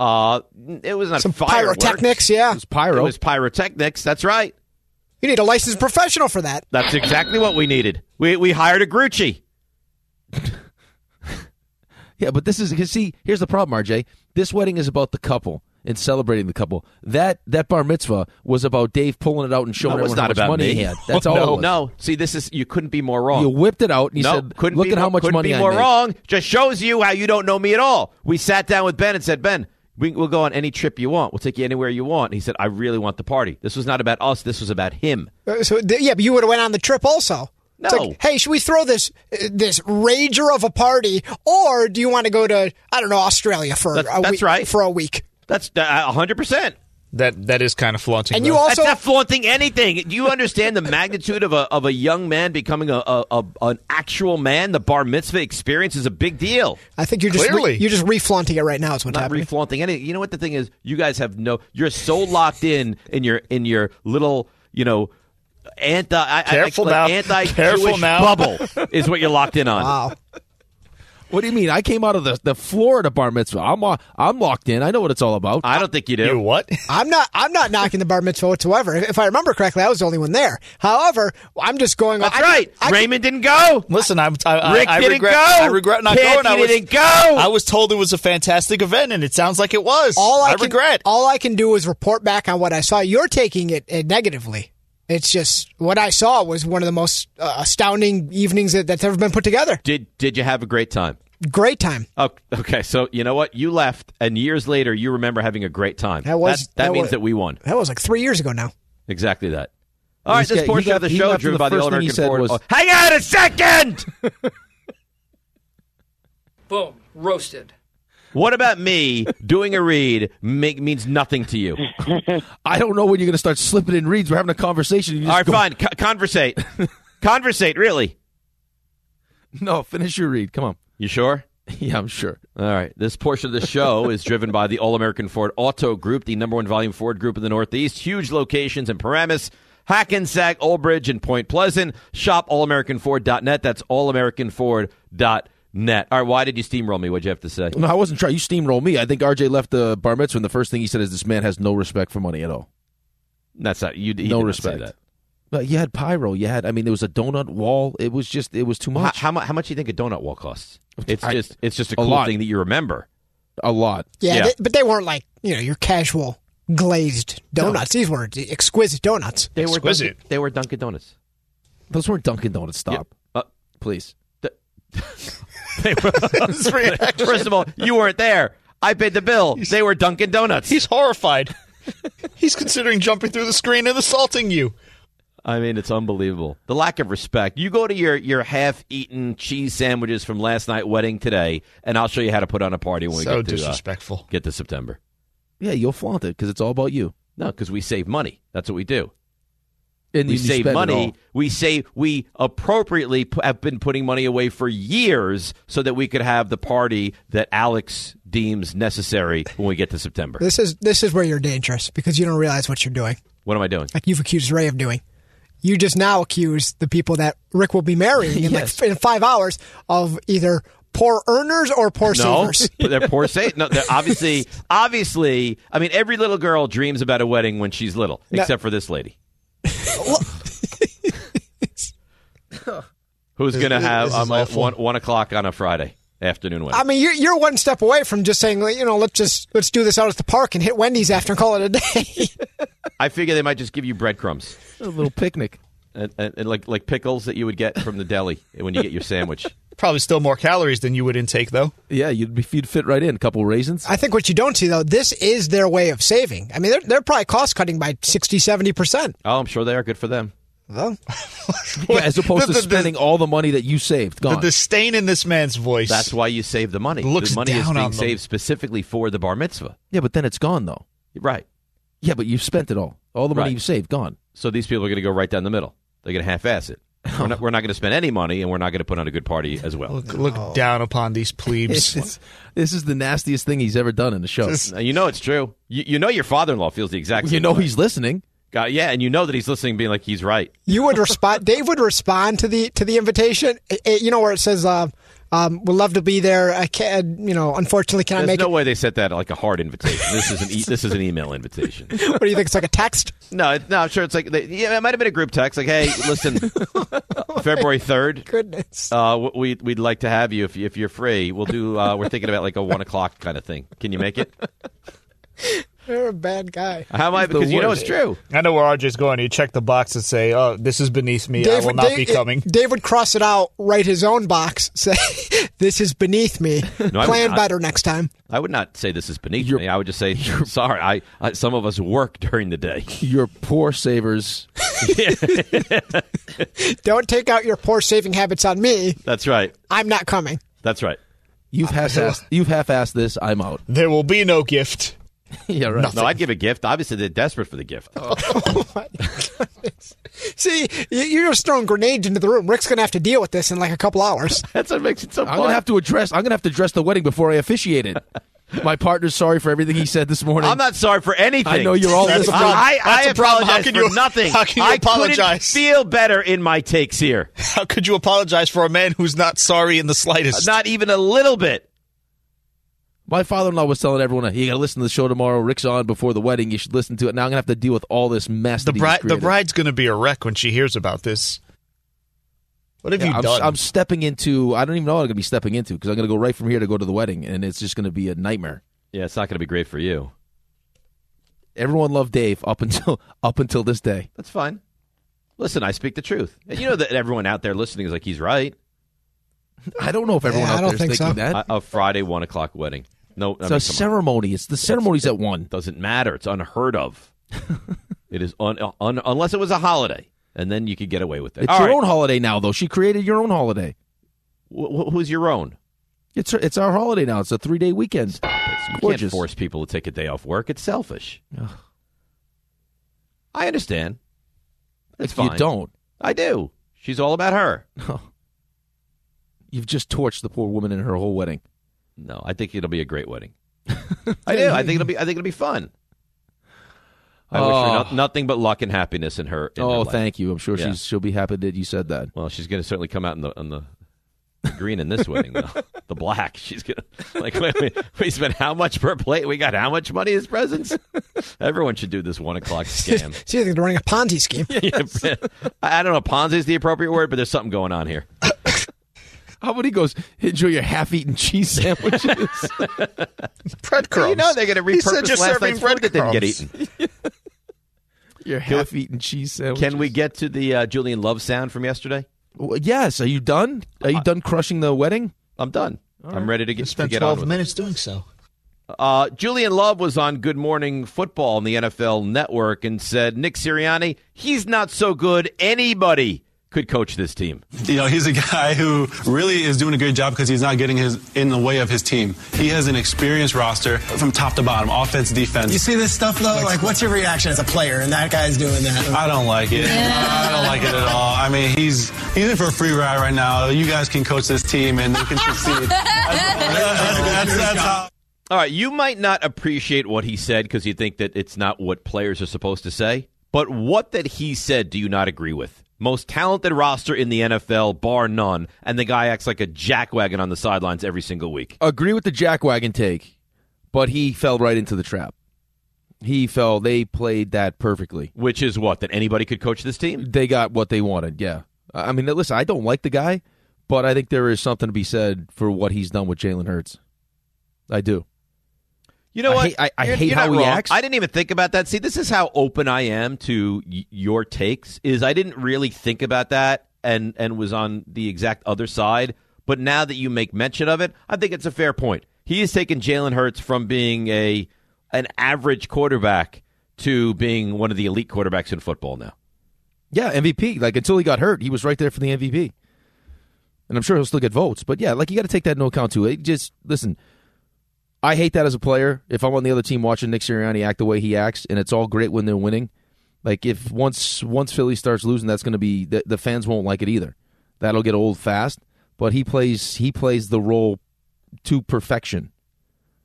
uh, it was not
Some
fireworks.
pyrotechnics. Yeah,
It was pyro.
It was pyrotechnics. That's right.
you need a licensed professional for that.
That's exactly what we needed. We we hired a Grucci.
yeah, but this is because see, here's the problem, RJ. This wedding is about the couple and celebrating the couple. That that bar mitzvah was about Dave pulling it out and showing
No, it's
everyone
not
how much
about
money
me. Oh,
he had. That's all. it
no,
was.
no. See, this is you couldn't be more wrong.
You whipped it out and you
no,
said,
couldn't
"Look
be
at how
more-
much
couldn't
money
be
I
more
made."
wrong. Just shows you how you don't know me at all. We sat down with Ben and said, Ben, we, we'll go on any trip you want. We'll take you anywhere you want. He said, I really want the party. This was not about us. This was about him.
Uh, So th- yeah, but you would have went on the trip also. It's
No.
like, hey, should we throw this uh, this rager of a party, or do you want to go to I don't know Australia for
That's-
a
that's
week,
right.
for a week?
That's uh, 100%.
That that is kind of flaunting.
And
though.
you also that's not flaunting anything. Do you understand the magnitude of a of a young man becoming a, a, a an actual man? The bar mitzvah experience is a big deal.
I think you're just re- you're just reflaunting it right now. Is what's
not
happening.
reflaunting anything. You know what the thing is? You guys have no. You're so locked in in your in your little you know anti I- I-
Careful
like
now.
anti
Careful now.
bubble is what you're locked in on. Wow.
What do you mean? I came out of the, the Florida bar mitzvah. I'm lo- I'm locked in. I know what it's all about.
I don't think you do. You
what?
I'm not. I'm not knocking the bar mitzvah whatsoever. If, if I remember correctly, I was the only one there. However, I'm just going. That's
right. Raymond didn't go.
Listen, I'm. I, I-
Rick
I
didn't
regret,
go.
I regret not
Kathy
going. I was,
didn't go.
I was told it was a fantastic event, and it sounds like it was.
All I,
I
can,
regret.
All I can do is report back on what I saw. You're taking it uh, negatively. It's just what I saw was one of the most uh, astounding evenings that, that's ever been put together.
Did did you have a great time?
Great time.
Oh, okay, so you know what? You left, and years later, you remember having a great time.
That was-
that,
that
means
was-
that we won.
That was like three years ago now.
Exactly that. All right,
He's
this
got-
portion
he
of the
left- he
show
left
driven
and
by
the
the All
first thing he
American
said
Board.
was-
oh, hang on a second.
Boom, roasted.
What about me doing a read make, means nothing to you?
I don't know when you're going to start slipping in reads. We're having a conversation. You just
All right,
go-
fine. Co- conversate. conversate, really.
No, finish your read. Come on.
You sure?
Yeah, I'm sure.
All right. This portion of the show is driven by the All American Ford Auto Group, the number one volume Ford group in the Northeast. Huge locations in Paramus, Hackensack, Old Bridge, and Point Pleasant. Shop allamericanford.net. That's allamericanford.net. All right. Why did you steamroll me? What'd you have to say?
No, I wasn't trying. You steamroll me. I think RJ left the bar mitzvah, and the first thing he said is, "This man has no respect for money at all."
That's not you. he
no
did not say
respect.
that.
But you had pyro. You had. I mean, there was a donut wall. It was just. It was too much.
How, how, mu- how much do you think a donut wall costs? It's
I-
just it's just a
a
cool
lot.
thing that you remember.
A lot.
Yeah, They, but they weren't like you know your casual glazed donuts. These were exquisite donuts.
They were Dunkin- they were Dunkin' Donuts.
Those weren't Dunkin' Donuts. Stop,
Uh,
please.
They were- First of all, you weren't there. I paid the bill. They were Dunkin' Donuts.
He's horrified. He's considering jumping through the screen and assaulting you.
I mean, it's unbelievable. The lack of respect. You go to your, your half eaten cheese sandwiches from last night wedding today, and I'll show you how to put on a party when we
So
get to, uh,
disrespectful.
get to September.
Yeah, you'll flaunt it because it's all about you.
No, because we save money. That's what we do.
And
we
you
save
spend it
money.
all.
We say we appropriately p- have been putting money away for years so that we could have the party that Alex deems necessary when we get to September.
This is this is where you're dangerous because you don't realize what you're doing.
What am I doing?
Like you've accused Ray of doing. You just now accuse the people that Rick will be marrying in
Yes.
like in five hours of either poor earners or poor
no,
savers.
they're poor savers. No, they're obviously, obviously. I mean, every little girl dreams about a wedding when she's little,
No.
except for this lady. Who's going to have um, a one, one o'clock on a Friday afternoon wedding?
I mean, you're, you're one step away from just saying, like, you know, let's just let's do this out at the park and hit Wendy's after and call it a day.
I figure they might just give you breadcrumbs
A little picnic.
and, and, and like like pickles that you would get from the deli when you get your sandwich.
Probably still more calories than you would intake, though.
Yeah, you'd be you'd fit right in. A couple raisins.
I think what you don't see though, this is their way of saving. I mean, they're they're probably cost cutting by 60 70 percent.
Oh, I'm sure they are good for them.
Well,
Yeah, as opposed to spending all the money that you saved.
The
Gone.
disdain in this man's voice.
That's why you save the money.
Looks
the money is
down
being
on them.
saved specifically for the bar mitzvah.
yeah, but then it's gone though.
Right.
Yeah, but you've spent it all. All the money
Right.
you've saved gone.
So these people are going to go right down the middle. They're going to half-ass it. We're not, we're not going to spend any money, and we're not going to put on a good party as well.
Look, look down upon these plebes.
This is, this is the nastiest thing he's ever done in the show.
Just-
Now, you know it's true. You, you know your father-in-law feels the exact. Same
You know
way.
he's listening.
God, yeah, and you know that he's listening, being like, he's right.
you would respond. Dave would respond to the to the invitation. Eh, eh, you know where it says, uh, um, "Would love to be there." I can You know, unfortunately, can I
There's
make
no
it?
way they sent that like a hard invitation. This is an e- this is an email invitation.
What do you think? It's like a text.
No, it, no, I'm sure it's like they, yeah, it might have been a group text. Like, hey, listen,
Oh
February third,
Goodness.
uh, w- we we'd like to have you if you- if you're free. We'll do. Uh, we're thinking about like a one o'clock kind of thing. Can you make it?
You're a bad guy.
How am I?
He's the
Because you know it's
worst.
true.
I know where RJ's going. You check the box and say, "Oh, this is beneath me. I will not be coming."
Dave would cross it out, write his own box, say, "This is beneath me.
I would
Plan
not.
better next time."
I would not say this is beneath me. I would just say, sorry. I, I some of us work during the day.
Your poor savers.
Don't take out your poor saving habits on me.
That's right.
I'm not coming.
That's right.
You've half-assed. You've half-assed this. I'm out.
There will be no gift.
yeah, right.
No, I'd give a gift. Obviously, they're desperate for the gift.
See, you- you're just throwing grenades into the room. Rick's gonna have to deal with this in like a couple hours.
That's what makes it so.
I'm gonna have to address. I'm gonna have to address the wedding before I officiate it. My partner's sorry for everything he said this morning.
I'm not sorry for anything.
I know you're all
That's
listening.
a problem. I, I
That's a problem.
apologize
How can you-
for nothing.
how can you
I couldn't
apologize?
feel better in my takes here.
How could you apologize for a man who's not sorry in the slightest?
Not even a little bit.
My father-in-law was telling everyone, "You got to listen to the show tomorrow. Rick's on before the wedding. You should listen to it." Now I'm gonna have to deal with all this mess.
The
that he
bride,
just
the
created.
bride's going to be a wreck when she hears about this. What have
Yeah,
you
I'm,
done?
I'm stepping into. I don't even know what I'm gonna be stepping into because I'm gonna go right from here to go to the wedding, and it's just gonna be a nightmare.
Yeah, it's not going to be great for you.
Everyone loved Dave up until up until this day.
That's fine. Listen, I speak the truth, and you know that everyone out there listening is like, he's right.
I don't know if everyone out there is thinking that.
A, a Friday one o'clock wedding. No, I
it's
mean,
a
come on.
ceremony. It's the ceremonies at one.
Doesn't matter. It's unheard of. it is un, un, unless it was a holiday, and then you could get away with it.
It's
All
your
right.
own holiday now, though. She created your own holiday.
Wh- wh- who's your own?
It's her, it's our holiday now. It's a three day weekend. It's
You
gorgeous.
can't force people to take a day off work. It's selfish. I understand. It's
You
fine.
don't. Oh.
I do. She's all about her.
You've just torched the poor woman in her whole wedding.
No, I think it'll be a great wedding. I do. I think it'll be. I think it'll be fun. I wish her
Oh.
no- nothing but luck and happiness in her. in her
oh,
life.
thank you. I'm sure
Yeah.
she's she'll be happy that you said that.
Well, she's going to certainly come out in the on the green in this wedding, though. The black. She's going to like. Wait, wait, we spent how much per plate? We got how much money as presents? Everyone should do this one o'clock scam.
See, they're running a Ponzi scheme.
I I don't know. Ponzi is the appropriate word, but there's something going on here.
How about he goes enjoy your half eaten cheese sandwiches?
breadcrumbs.
You know they're going to repurpose
He said you're
last
serving
night's food that didn't get
breadcrumbs.
eaten.
your
Can we-
half eaten cheese sandwiches.
Can we get to the uh, Julian Love sound from yesterday?
Well, yes. Are you done? Are you done crushing the wedding?
I'm done. I'm ready to get, to
Spent
get on
twelve
with it.
minutes doing so.
Uh, Julian Love was on Good Morning Football on the NFL Network and said Nick Sirianni, he's not so good. Anybody could coach this team.
You know, he's a guy who really is doing a good job because he's not getting his in the way of his team. He has an experienced roster from top to bottom, offense, defense.
You see this stuff though? Like, what's your reaction as a player? And that guy's doing that.
I don't like it. I don't like it at all. I mean, he's he's in for a free ride right now. You guys can coach this team and they can succeed. That's- that's how-
All right, you might not appreciate what he said because you think that it's not what players are supposed to say, but what that he said do you not agree with? Most talented roster in the NFL, bar none, and the guy acts like a jackwagon on the sidelines every single week.
agree with the jackwagon take, but he fell right into the trap. He fell. They played that perfectly.
Which is what? That anybody could coach this team?
They got what they wanted. Yeah. I I mean, listen, I don't like the guy, but I think there is something to be said for what he's done with Jalen Hurts. I do.
You know
I
what?
hate- I- I
You're-
hate
you're
how
not
he
wrong.
acts.
I didn't even think about that. See, this is how open I am to y- your takes. Is I didn't really think about that, and and was on the exact other side. But now that you make mention of it, I think it's a fair point. He has taken Jalen Hurts from being a an average quarterback to being one of the elite quarterbacks in football now.
Yeah, MVP. Like until he got hurt, he was right there for the MVP. And I'm sure he'll still get votes. But yeah, like you got to take that into account too. It just listen. I hate that as a player. If I'm on the other team watching Nick Sirianni act the way he acts, and it's all great when they're winning. Like if once once Philly starts losing, that's going to be the, the fans won't like it either. That'll get old fast. But he plays he plays the role to perfection.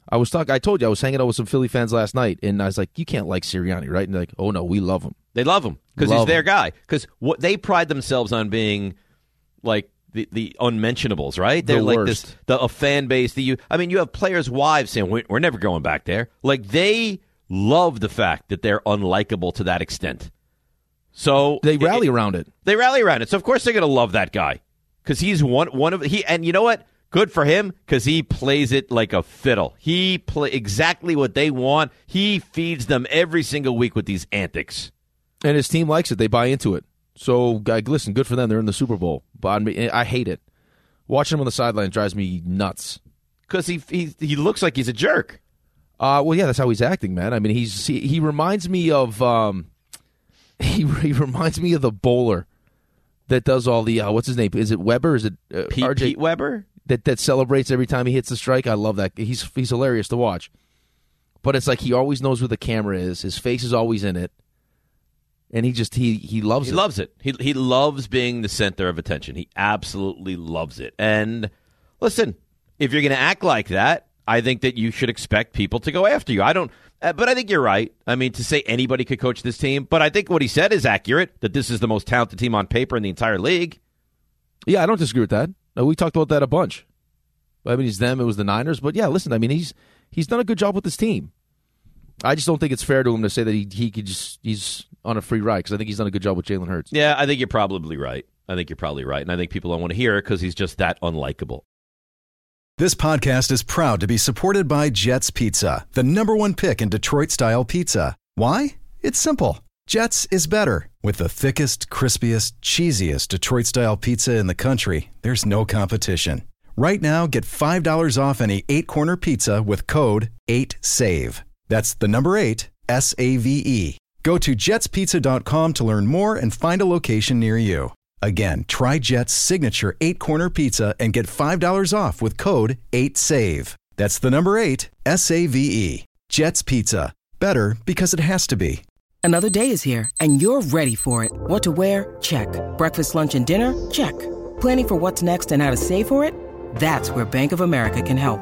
I was talking. I told you I was hanging out with some Philly fans last night, and I was like, "You can't like Sirianni, right?" And they're like, "Oh no, we love him."
They love him because he's
Love
their
him.
guy. Because what they pride themselves on being like the, the unmentionables, right?
The
They're like this
worst.
the a fan base that you. I mean, you have players' wives saying we're, we're never going back there. Like they love the fact that they're unlikable to that extent. So
They rally around it.
they rally around it. So of course they're going to love that guy because he's one one of he. And you know what? Good for him because he plays it like a fiddle. He play exactly what they want. He feeds them every single week with these antics.
and his team likes it. They buy into it. So, like, listen, good for them. They're in the Super Bowl, but I, mean, I hate it. Watching him on the sideline drives me nuts.
because he, he he looks like he's a jerk.
Uh, well, yeah, that's how he's acting, man. I mean, he's he, he reminds me of um, he, he reminds me of the bowler that does all the uh, what's his name? Is it Weber? Is it uh,
Pete,
RJ
Pete Weber.
that that celebrates every time he hits the strike? I love that. He's he's hilarious to watch. But it's like he always knows where the camera is. His face is always in it, and he just he he loves
He
it.
loves it. He he loves being the center of attention. He absolutely loves it. And listen, if you're going to act like that, I think that you should expect people to go after you. I don't uh, but I think you're right. I mean, to say anybody could coach this team, but I think what he said is accurate that this is the most talented team on paper in the entire league.
Yeah, I don't disagree with that. Uh, We talked about that a bunch. I mean, it's them. It was the Niners, but yeah, listen. I mean, he's he's done a good job with this team. I just don't think it's fair to him to say that he he could just he's on a free ride because I think he's done a good job with Jalen Hurts.
Yeah, I think you're probably right. I think you're probably right. And I think people don't want to hear it cuz he's just that unlikable.
This podcast is proud to be supported by Jets Pizza, the number one pick in Detroit style pizza. Why? It's simple. Jets is better. With the thickest, crispiest, cheesiest Detroit style pizza in the country, there's no competition. Right now, get $5 off any eight corner pizza with code 8SAVE. That's the number eight, S A V E. Go to jetspizza.com to learn more and find a location near you. Again, try Jet's signature eight corner pizza and get $5 off with code 8SAVE. That's the number eight, S A V E. Jet's Pizza. Better because it has to be.
Another day is here, and you're ready for it. What to wear? Check. Breakfast, lunch, and dinner? Check. Planning for what's next and how to save for it? That's where Bank of America can help.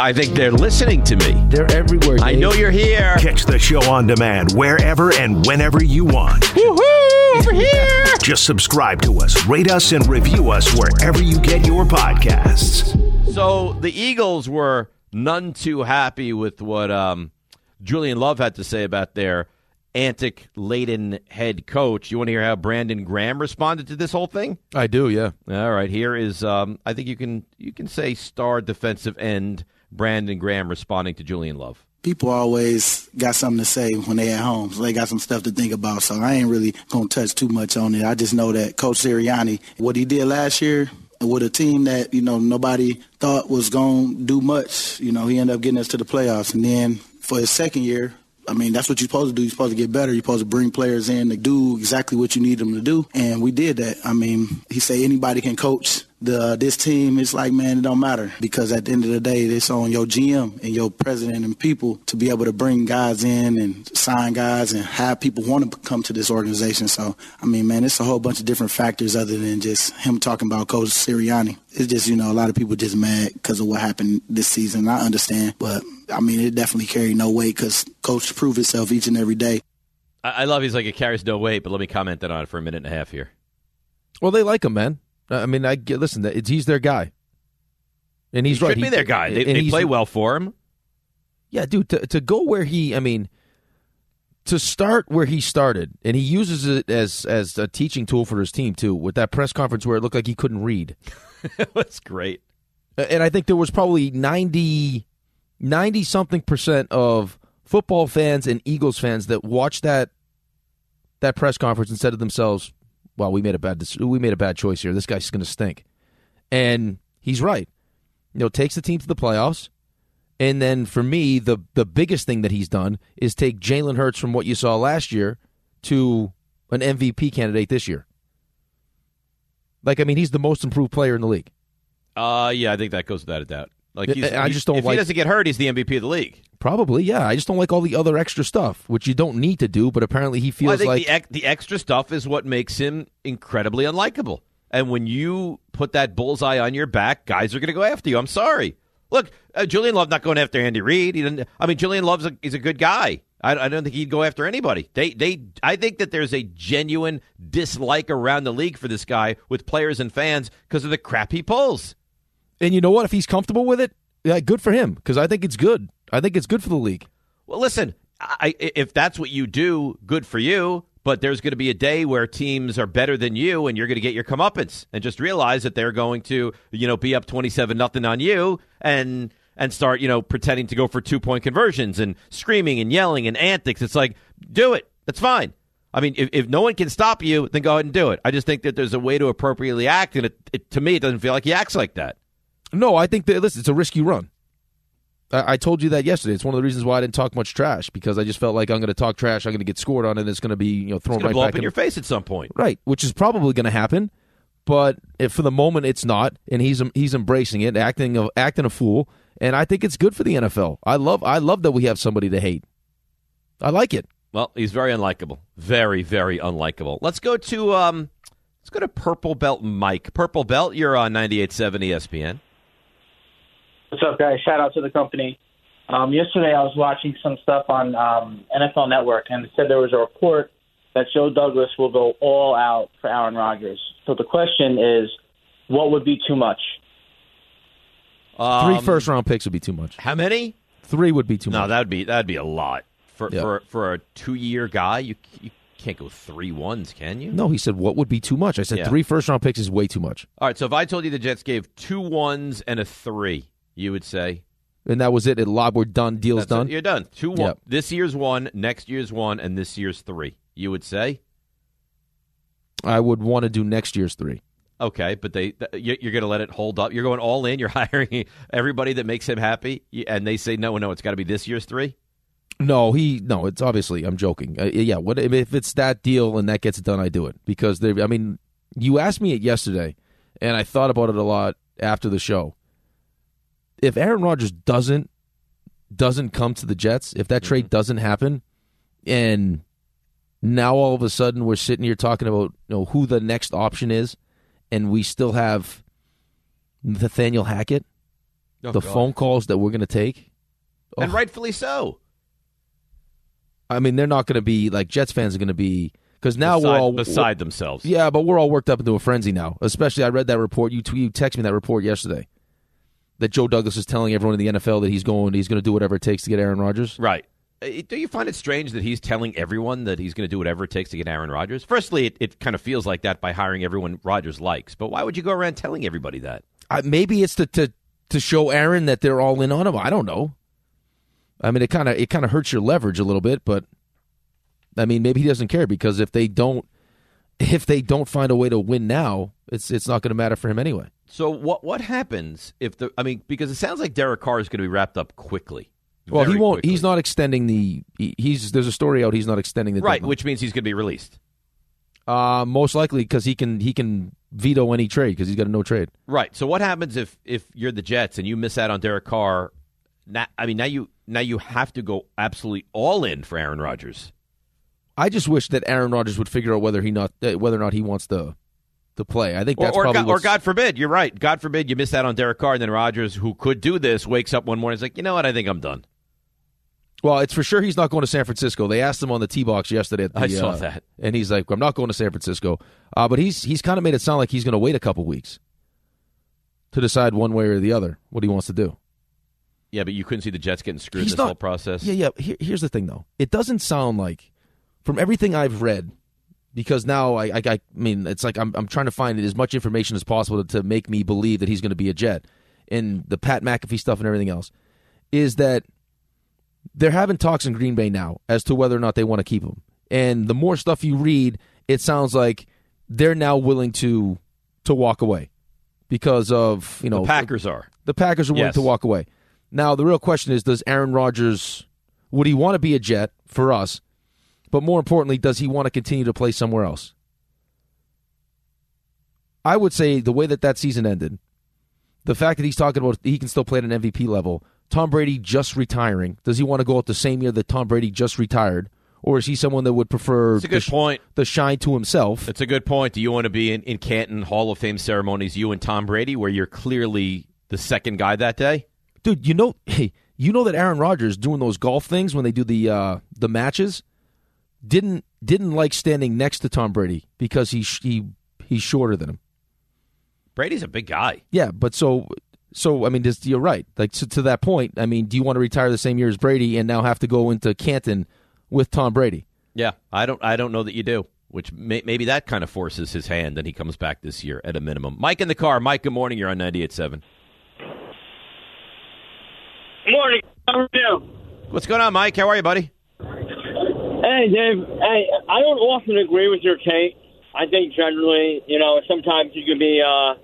I think they're listening to me.
They're everywhere.
I know you're here.
Catch the show on demand wherever and whenever you want.
Woohoo! Over here.
Just subscribe to us, rate us, and review us wherever you get your podcasts.
So the Eagles were none too happy with what um, Julian Love had to say about their antic laden head coach. You want to hear how Brandon Graham responded to this whole thing?
I do, yeah.
All right, here is um, I think you can you can say star defensive end Brandon Graham responding to Julian Love.
People always got something to say when they at home, so they got some stuff to think about. So I ain't really gonna touch too much on it. I just know that Coach Sirianni, what he did last year with a team that you know nobody thought was gonna do much, you know, he ended up getting us to the playoffs. And then for his second year, I mean, that's what you're supposed to do. You're supposed to get better. You're supposed to bring players in to do exactly what you need them to do. And we did that. I mean, he say anybody can coach the this team. It's like, man, it don't matter because at the end of the day, it's on your GM and your president and people to be able to bring guys in and sign guys and have people want to come to this organization. So, I mean, man, it's a whole bunch of different factors other than just him talking about Coach Sirianni. It's just, you know, a lot of people just mad because of what happened this season. I understand, but I mean, it definitely carried no weight because Coach proved himself each and every day.
I, I love he's like it carries no weight, but let me comment that on it for a minute and a half here.
Well, they like him, man. I mean, I get, listen. It's, he's their guy, and he's
He
right.
should be their guy. They-
and
they
he's-
play well for him.
Yeah, dude. To, to go where he, I mean, to start where he started, and he uses it as as a teaching tool for his team too. With that press conference where it looked like he couldn't read,
That's great.
Uh, and I think there was probably 90 90 something percent of football fans and Eagles fans that watched that that press conference and said to themselves, "Wow, we made a bad dec- we made a bad choice here. This guy's going to stink." And he's right. You know, takes the team to the playoffs. And then for me, the the biggest thing that he's done is take Jalen Hurts from what you saw last year to an MVP candidate this year. Like I mean, he's the most improved player in the league.
Uh, yeah, I think that goes without a doubt. Like,
Yeah,
he's,
I
he's-
just don't
if
like-
he doesn't get hurt, he's the MVP of the league.
Probably, yeah. I just don't like all the other extra stuff, which you don't need to do, but apparently he
Well, I
feels
think
like
the, ex- the extra stuff is what makes him incredibly unlikable. And when you put that bullseye on your back, guys are going to go after you. I'm sorry. Look, uh, Julian Love not going after Andy Reid. He didn't, I mean, Julian Love's a, he's a good guy. I, I don't think he'd go after anybody. They, they, I think that there's a genuine dislike around the league for this guy with players and fans because of the crap he pulls.
And you know what? If he's comfortable with it, yeah, good for him because I think it's good. I think it's good for the league.
Well, listen, I, I- if that's what you do, good for you. But there's going to be a day where teams are better than you, and you're going to get your comeuppance, and just realize that they're going to, you know, be up twenty-seven nothing on you, and and start, you know, pretending to go for two-point conversions and screaming and yelling and antics. It's like, do it. That's fine. I mean, if, if no one can stop you, then go ahead and do it. I just think that there's a way to appropriately act, and it, it, to me, it doesn't feel like he acts like that.
No, I think that listen, it's a risky run. I, I told you that yesterday. It's one of the reasons why I didn't talk much trash because I just felt like I'm going to talk trash, I'm going to get scored on, and it's going to be you know thrown
It's going
right
to blow
back
up in your face at some point.
right? Which is probably going to happen, but if for the moment it's not, and he's he's embracing it, acting of acting a fool, and I think it's good for the NFL. I love I love that we have somebody to hate. I like it.
Well, he's very unlikable. Very, very unlikable. Let's go to um, let's go to Purple Belt Mike. Purple Belt, you're on 98.7 ESPN.
What's up, guys? Shout out to the company. Um, yesterday, I was watching some stuff on um, NFL Network, and it said there was a report that Joe Douglas will go all out for Aaron Rodgers. So the question is, what would be too much?
Um,
Three first round picks would be too much.
How many?
Three would be too
No,
much.
that'd be that'd be a lot for
Yeah.
for for a two year guy. You you can't go three ones, can you?
No, he said what would be too much. I said
Yeah.
three first round picks is way too much,
All right. So if I told you the Jets gave two ones and a three, you would say
and that was it. It lob, we're done. Deal's
"So
done.
You're done. Two one.
Yep.
This year's one, next year's one, and this year's three. You would say
I would want to do next year's three.
okay, but they th- you- you're going to let it hold up. You're going all in. You're hiring everybody that makes him happy, y- and they say no, no, it's got to be this year's three.
No, he no. It's obviously I'm joking. Uh, yeah, what if it's that deal and that gets it done? I do it because they. I mean, you asked me it yesterday, and I thought about it a lot after the show. If Aaron Rodgers doesn't doesn't come to the Jets, if that
Mm-hmm.
trade doesn't happen, and now all of a sudden we're sitting here talking about you know who the next option is, and we still have Nathaniel Hackett,
Oh,
the
God.
phone calls that we're going to take.
And rightfully so.
I mean, they're not going to be like Jets fans are going to be because now we're
Beside-
all
beside themselves.
Yeah, but we're all worked up into a frenzy now. Especially, I read that report. You tweet, you text me that report yesterday that Joe Douglas is telling everyone in the NFL that he's going, he's going to do whatever it takes to get Aaron Rodgers.
Right. Uh, Do you find it strange that he's telling everyone that he's going to do whatever it takes to get Aaron Rodgers? Firstly, it, it kind of feels like that by hiring everyone Rodgers likes, but why would you go around telling everybody that?
I, maybe it's to, to to show Aaron that they're all in on him. I don't know. I mean, it kind of it kind of hurts your leverage a little bit, but I mean, maybe he doesn't care because if they don't if they don't find a way to win now, it's it's not going to matter for him anyway.
So what what happens if the I mean because it sounds like Derek Carr is going to be wrapped up quickly.
Well, he
Very
won't. He's not extending the. he- He's there's a story out. He's not extending the
right,
deadline.
which means he's going to be released.
Uh, most likely because he can he can veto any trade because he's got a no trade.
Right. So what happens if if you're the Jets and you miss out on Derek Carr? Now, I mean now you now you have to go absolutely all in for Aaron Rodgers.
I just wish that Aaron Rodgers would figure out whether he not uh, whether or not he wants to to play. I think
Or,
that's
or,
probably
God, or
what's-
God forbid, you're right. God forbid you miss out on Derek Carr, and then Rodgers, who could do this, wakes up one morning and is like, you know what? I think I'm done.
Well, it's for sure he's not going to San Francisco. They asked him on the T box yesterday. At the,
I saw
uh,
that.
and he's like, "I'm not going to San Francisco." Uh, but he's he's kind of made it sound like he's going to wait a couple weeks to decide one way or the other what he wants to do.
Yeah, but you couldn't see the Jets getting screwed
He's
this
not-
whole process.
Yeah, yeah. Here, here's the thing, though. It doesn't sound like, from everything I've read, because now I, I, I mean, it's like I'm, I'm trying to find as much information as possible to, to make me believe that he's going to be a Jet, and the Pat McAfee stuff and everything else, is that they're having talks in Green Bay now as to whether or not they want to keep him. And the more stuff you read, it sounds like they're now willing to to walk away because of you know
The Packers are.
the Packers are willing
Yes.
to walk away. Now the real question is: Does Aaron Rodgers would he want to be a Jet for us? But more importantly, does he want to continue to play somewhere else? I would say the way that that season ended, the fact that he's talking about he can still play at an MVP level, Tom Brady just retiring, does he want to go out the same year that Tom Brady just retired, or is he someone that would prefer
It's a good
the, sh-
point.
the shine to himself?
It's a good point. Do you want to be in, in Canton Hall of Fame ceremonies, you and Tom Brady, where you're clearly the second guy that day?
dude. You know, hey, you know that Aaron Rodgers doing those golf things when they do the uh, the matches didn't didn't like standing next to Tom Brady because he sh- he he's shorter than him.
Brady's a big guy.
Yeah, but so so I mean, just, you're right. Like to, to that point, I mean, do you want to retire the same year as Brady and now have to go into Canton with Tom Brady?
Yeah, I don't. I don't know that you do. Which may, maybe that kind of forces his hand, and he comes back this year at a minimum. Mike in the car. Mike, good morning. You're on 98.7.
Morning. How are you?
What's going on, Mike? How are you, buddy?
Hey, Hey, Dave. Hey, I don't often agree with your take. I think generally, you know, sometimes you can be uh, a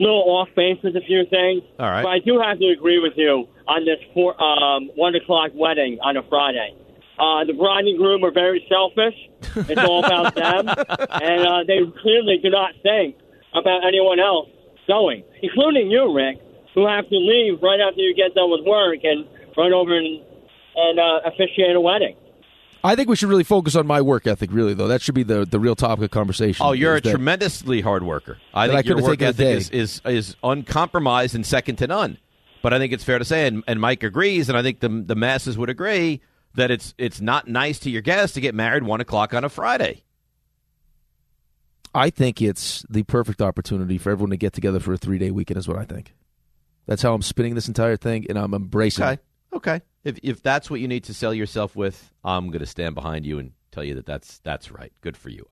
little off base with a few things.
All right.
But I do have to agree with you on this four, um, one o'clock wedding on a Friday. Uh, the bride and groom are very selfish. It's all about them, and uh, they clearly do not think about anyone else going, including you, Rick, who have to leave right after you get done with work and run over and and uh, officiate a wedding.
I think we should really focus on my work ethic, really, though. That should be the, the real topic of conversation.
Oh, you're
is
a
that-
tremendously hard worker. I
That I
think your
could've
work
taken a
ethic
day.
is, is is uncompromised and second to none. But I think it's fair to say, and, and Mike agrees, and I think the the masses would agree that it's it's not nice to your guests to get married one o'clock on a Friday.
I think it's the perfect opportunity for everyone to get together for a three day weekend, is what I think. That's how I'm spinning this entire thing, and I'm embracing
Okay,
it.
okay. If if that's what you need to sell yourself with, I'm going to stand behind you and tell you that that's that's right. Good for you.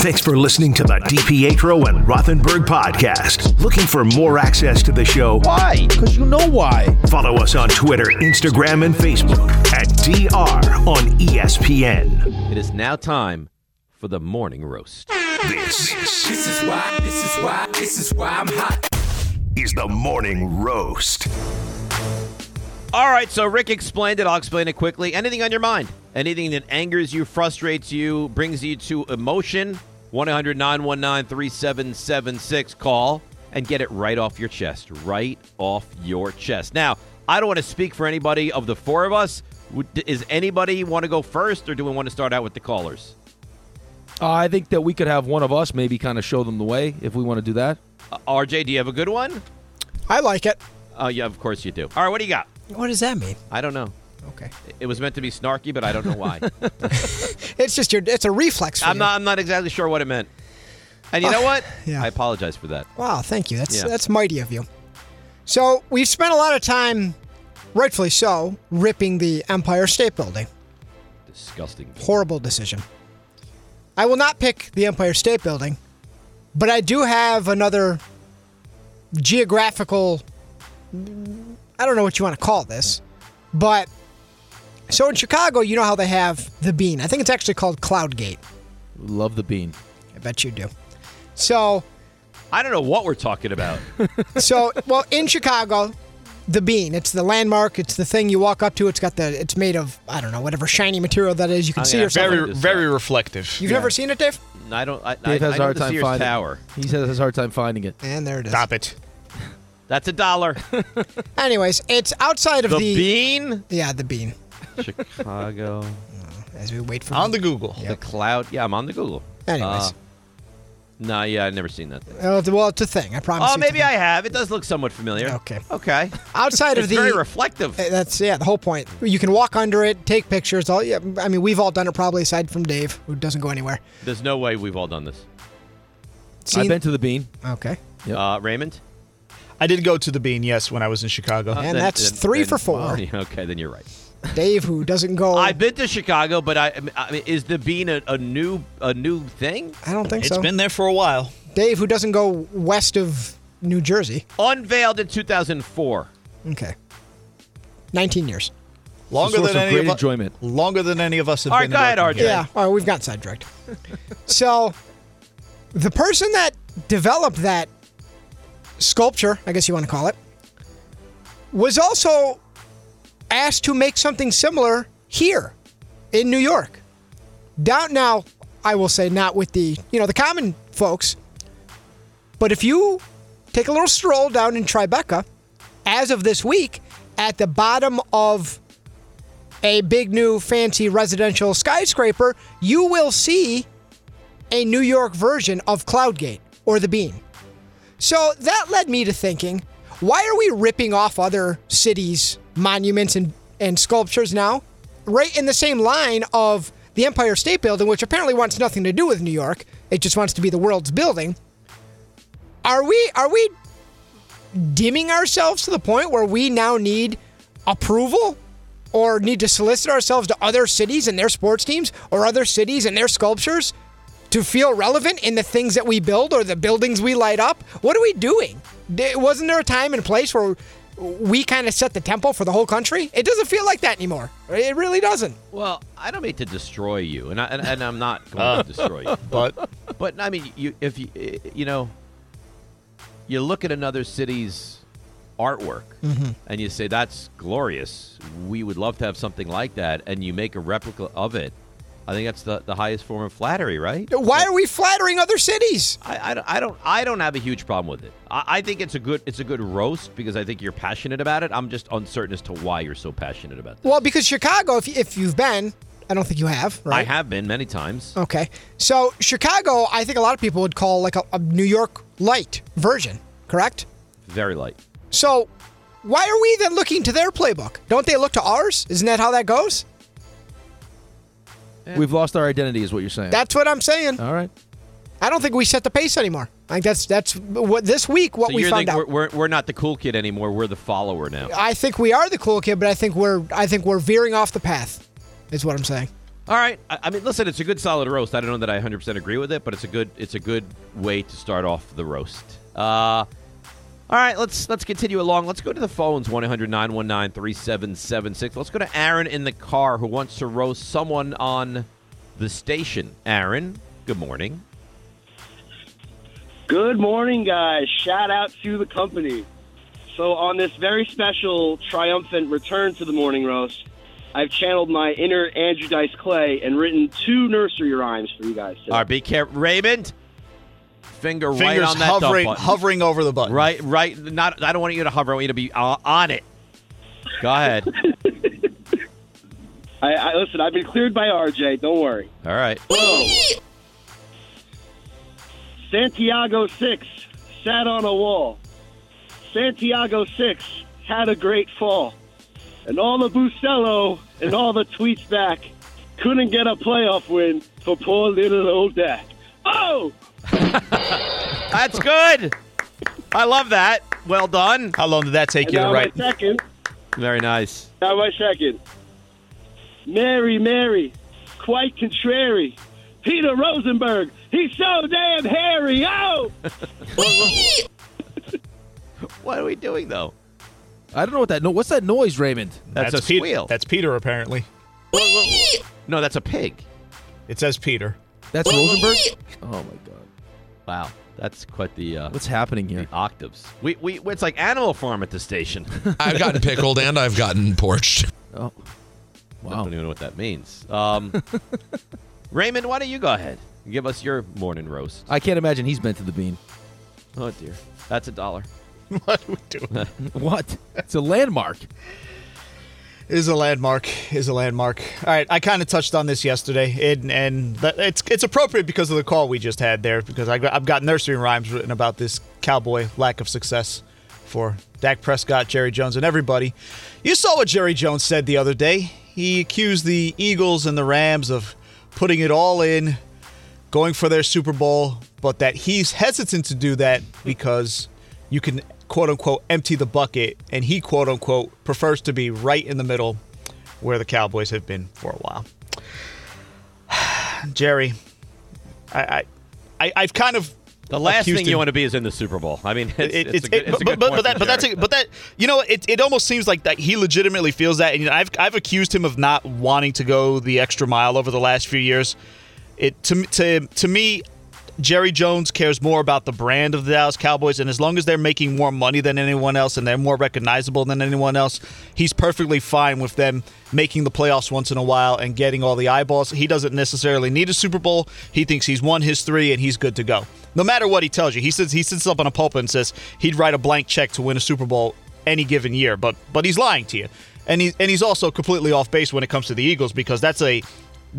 Thanks for listening to the DiPietro and Rothenberg podcast. Looking for more access to the show?
Why? Because you know why.
Follow us on Twitter, Instagram, and Facebook at DR on E ESPN.
It is now time for the morning roast.
This is why, this is why, this is why I'm hot.
Is the morning roast.
All right, so Rick explained it. I'll explain it quickly. Anything on your mind? Anything that angers you, frustrates you, brings you to emotion? 1 800 919 3776. Call and get it right off your chest. Right off your chest. Now, I don't want to speak for anybody of the four of us. Would- Is anybody want to go first, or do we want to start out with the callers?
Uh, I think that we could have one of us maybe kind of show them the way if we want to do that.
Uh, RJ, do you have a good one?
I like it.
Uh, yeah, of course you do. All right, what do you got?
What does that mean?
I don't know.
Okay.
It was meant to be snarky, but I don't know why.
It's just your. It's a reflex. For
I'm
you.
not. I'm not exactly sure what it meant. And
Uh,
you know what? Yeah. I apologize for that.
Wow, thank you. That's
Yeah.
that's mighty of you. So we've spent a lot of time, rightfully so, ripping the Empire State Building.
Disgusting.
Horrible decision. I will not pick the Empire State Building, but I do have another geographical. I don't know what you want to call this, but so in Chicago, you know how they have the bean. I think it's actually called Cloud Gate.
Love the bean.
I bet you do. So
I don't know what we're talking about.
so well in Chicago, the bean. It's the landmark. It's the thing you walk up to. It's got the. It's made of I don't know whatever shiny material that is. You
Oh,
can see yourself.
Very, very reflective.
You've never seen it, Dave?
I don't. I,
Dave
I,
has
I
a
know
hard
the
time
Sears
finding
Tower.
it. He has a hard time finding it.
And there it is.
Stop it.
That's a dollar.
Anyways, it's outside of the,
The bean.
Yeah, the bean.
Chicago.
As we wait for
On the Google.
The cloud. Yeah, I'm on the Google.
Anyways.
no, yeah, I've never seen that thing.
Oh, th- well, it's a thing. I promise.
Oh,
you it's a
maybe I have. It does look somewhat familiar. Okay. Okay.
Outside of
It's
the-
very reflective.
Uh, That's yeah, the whole point. You can walk under it, take pictures. All yeah, I mean, we've all done it probably, aside from Dave, who doesn't go anywhere.
There's no way we've all done this.
Seen-
to the bean.
Okay.
Uh, Raymond.
I did go to the Bean, yes, when I was in Chicago.
Uh,
And
then-
that's
then-
three
then-
for four.
oh, yeah, okay, then you're right.
Dave, who doesn't go.
I've been to Chicago, but I, I mean, is the bean a, a new a new thing?
I don't think
It's
so.
been there for a while.
Dave, who doesn't go west of New Jersey.
Unveiled in 2004.
Okay. 19 years.
Longer
source
than
of
any
great
of us.
enjoyment.
Longer than any of us have
All right,
been.
go ahead, RJ.
Yeah, all right, we've got sidetracked. so, the person that developed that sculpture, I guess you want to call it, was also asked to make something similar here in New York. Down now, I will say not with the you know the common folks, but if you take a little stroll down in Tribeca, as of this week, at the bottom of a big new fancy residential skyscraper, you will see a New York version of Cloudgate or the Bean. So that led me to thinking, why are we ripping off other cities' monuments and, and sculptures now? Right in the same line of the Empire State Building, which apparently wants nothing to do with New York. It just wants to be the world's building. Are we are we dimming ourselves to the point where we now need approval or need to solicit ourselves to other cities and their sports teams or other cities and their sculptures to feel relevant in the things that we build or the buildings we light up? What are we doing? D- Wasn't there a time and place where we kind of set the tempo for the whole country. It doesn't feel like that anymore. It really doesn't.
Well, I don't mean to destroy you, and I, and, and I'm not going
Uh,
to destroy you,
but-
but I mean, you if you eh, you know, you look at another city's artwork
Mm-hmm.
Mhm.
and you say that's glorious. We would love to have something like that, and you make a replica of it. I think that's the, the highest form of flattery, right?
Why are we flattering other cities?
I, I, don't- I don't I don't have a huge problem with it. I, I think it's a good it's a good roast because I think you're passionate about it. I'm just uncertain as to why you're so passionate about it.
Well, because Chicago, if, if you've been, I don't think you have, right?
I have been many times.
Okay. So Chicago, I think a lot of people would call like a, a New York light version, correct?
Very light.
So why are we then looking to their playbook? Don't they look to ours? Isn't that how that goes?
We've lost our identity, is what you're saying.
That's what I'm saying.
All right.
I don't think we set the pace anymore. I think that's that's what this week what
so
we
you're
found
the,
out.
We're, we're, we're not the cool kid anymore. We're the follower now.
I think we are the cool kid, but I think we're I think we're veering off the path. Is what I'm saying.
All right. I, I mean, listen, it's a good solid roast. I don't know that I 100 percent agree with it, but it's a good it's a good way to start off the roast. Uh, all right, let's let's continue along. Let's go to the phones 1-800-919-3776. Let's go to Aaron in the car who wants to roast someone on the station. Aaron, good morning.
Good morning, guys. Shout out to the company. So, on this very special, triumphant return to the morning roast, I've channeled my inner Andrew Dice Clay and written two nursery rhymes for you guys. today.
All right, be careful, Raymond. Finger right
Fingers
on that
hovering-
dump button.
hovering
over the button.
Right, right. Not. I don't want you to hover. I want you to be uh, on it. Go ahead.
I, I listen. I've been cleared by RJ. Don't worry.
All right.
Whoa. Santiago six sat on a wall. Santiago six had a great fall, and all the Bucello and all the tweets back couldn't get a playoff win for poor little old Dak. Oh.
That's good. I love that. Well done.
How long did that take
And
you to
now
write?
my second.
Very nice.
Now my second. Mary, Mary, quite contrary. Peter Rosenberg, he's so damn hairy. Oh.
What are we doing though?
I don't know what that no. What's that noise, Raymond?
That's a
Pete-
squeal.
That's Peter, apparently.
No, that's a pig.
It says Peter.
That's Rosenberg. Oh my god.
Wow, that's quite the uh,
What's happening here?
the octaves. We we it's like Animal Farm at the station.
I've gotten pickled and I've gotten porched.
Oh,
I don't even know what that means. Um, Raymond, why don't you go ahead and give us your morning roast?
I can't imagine he's bent to the bean.
Oh dear, that's a dollar.
What are we doing?
what? It's a landmark.
Is a landmark. Is a landmark. All right, I kind of touched on this yesterday, and and that- it's it's appropriate because of the call we just had there, because I, got- I've got nursery rhymes written about this cowboy lack of success for Dak Prescott, Jerry Jones, and everybody. You saw what Jerry Jones said the other day. He accused the Eagles and the Rams of putting it all in, going for their Super Bowl, but that he's hesitant to do that because you can quote unquote empty the bucket, and he quote unquote prefers to be right in the middle where the Cowboys have been for a while. Jerry, I, I, I I've kind of
The last
accused
thing
him-
you want to be is in the Super Bowl. I mean, it's,
it-
it's, a
it-
good, it's a
but,
good
but,
point
but that,
from
but that's
Jared.
a, but that you know it, it almost seems like that he legitimately feels that and you know, I've I've accused him of not wanting to go the extra mile over the last few years. It to m- to to me Jerry Jones cares more about the brand of the Dallas Cowboys and as long as they're making more money than anyone else and they're more recognizable than anyone else, he's perfectly fine with them making the playoffs once in a while and getting all the eyeballs. He doesn't necessarily need a Super Bowl. He thinks he's won his 3 and he's good to go. No matter what he tells you, he says he sits up on a pulpit and says he'd write a blank check to win a Super Bowl any given year, but but he's lying to you, and he and he's also completely off base when it comes to the Eagles because that's a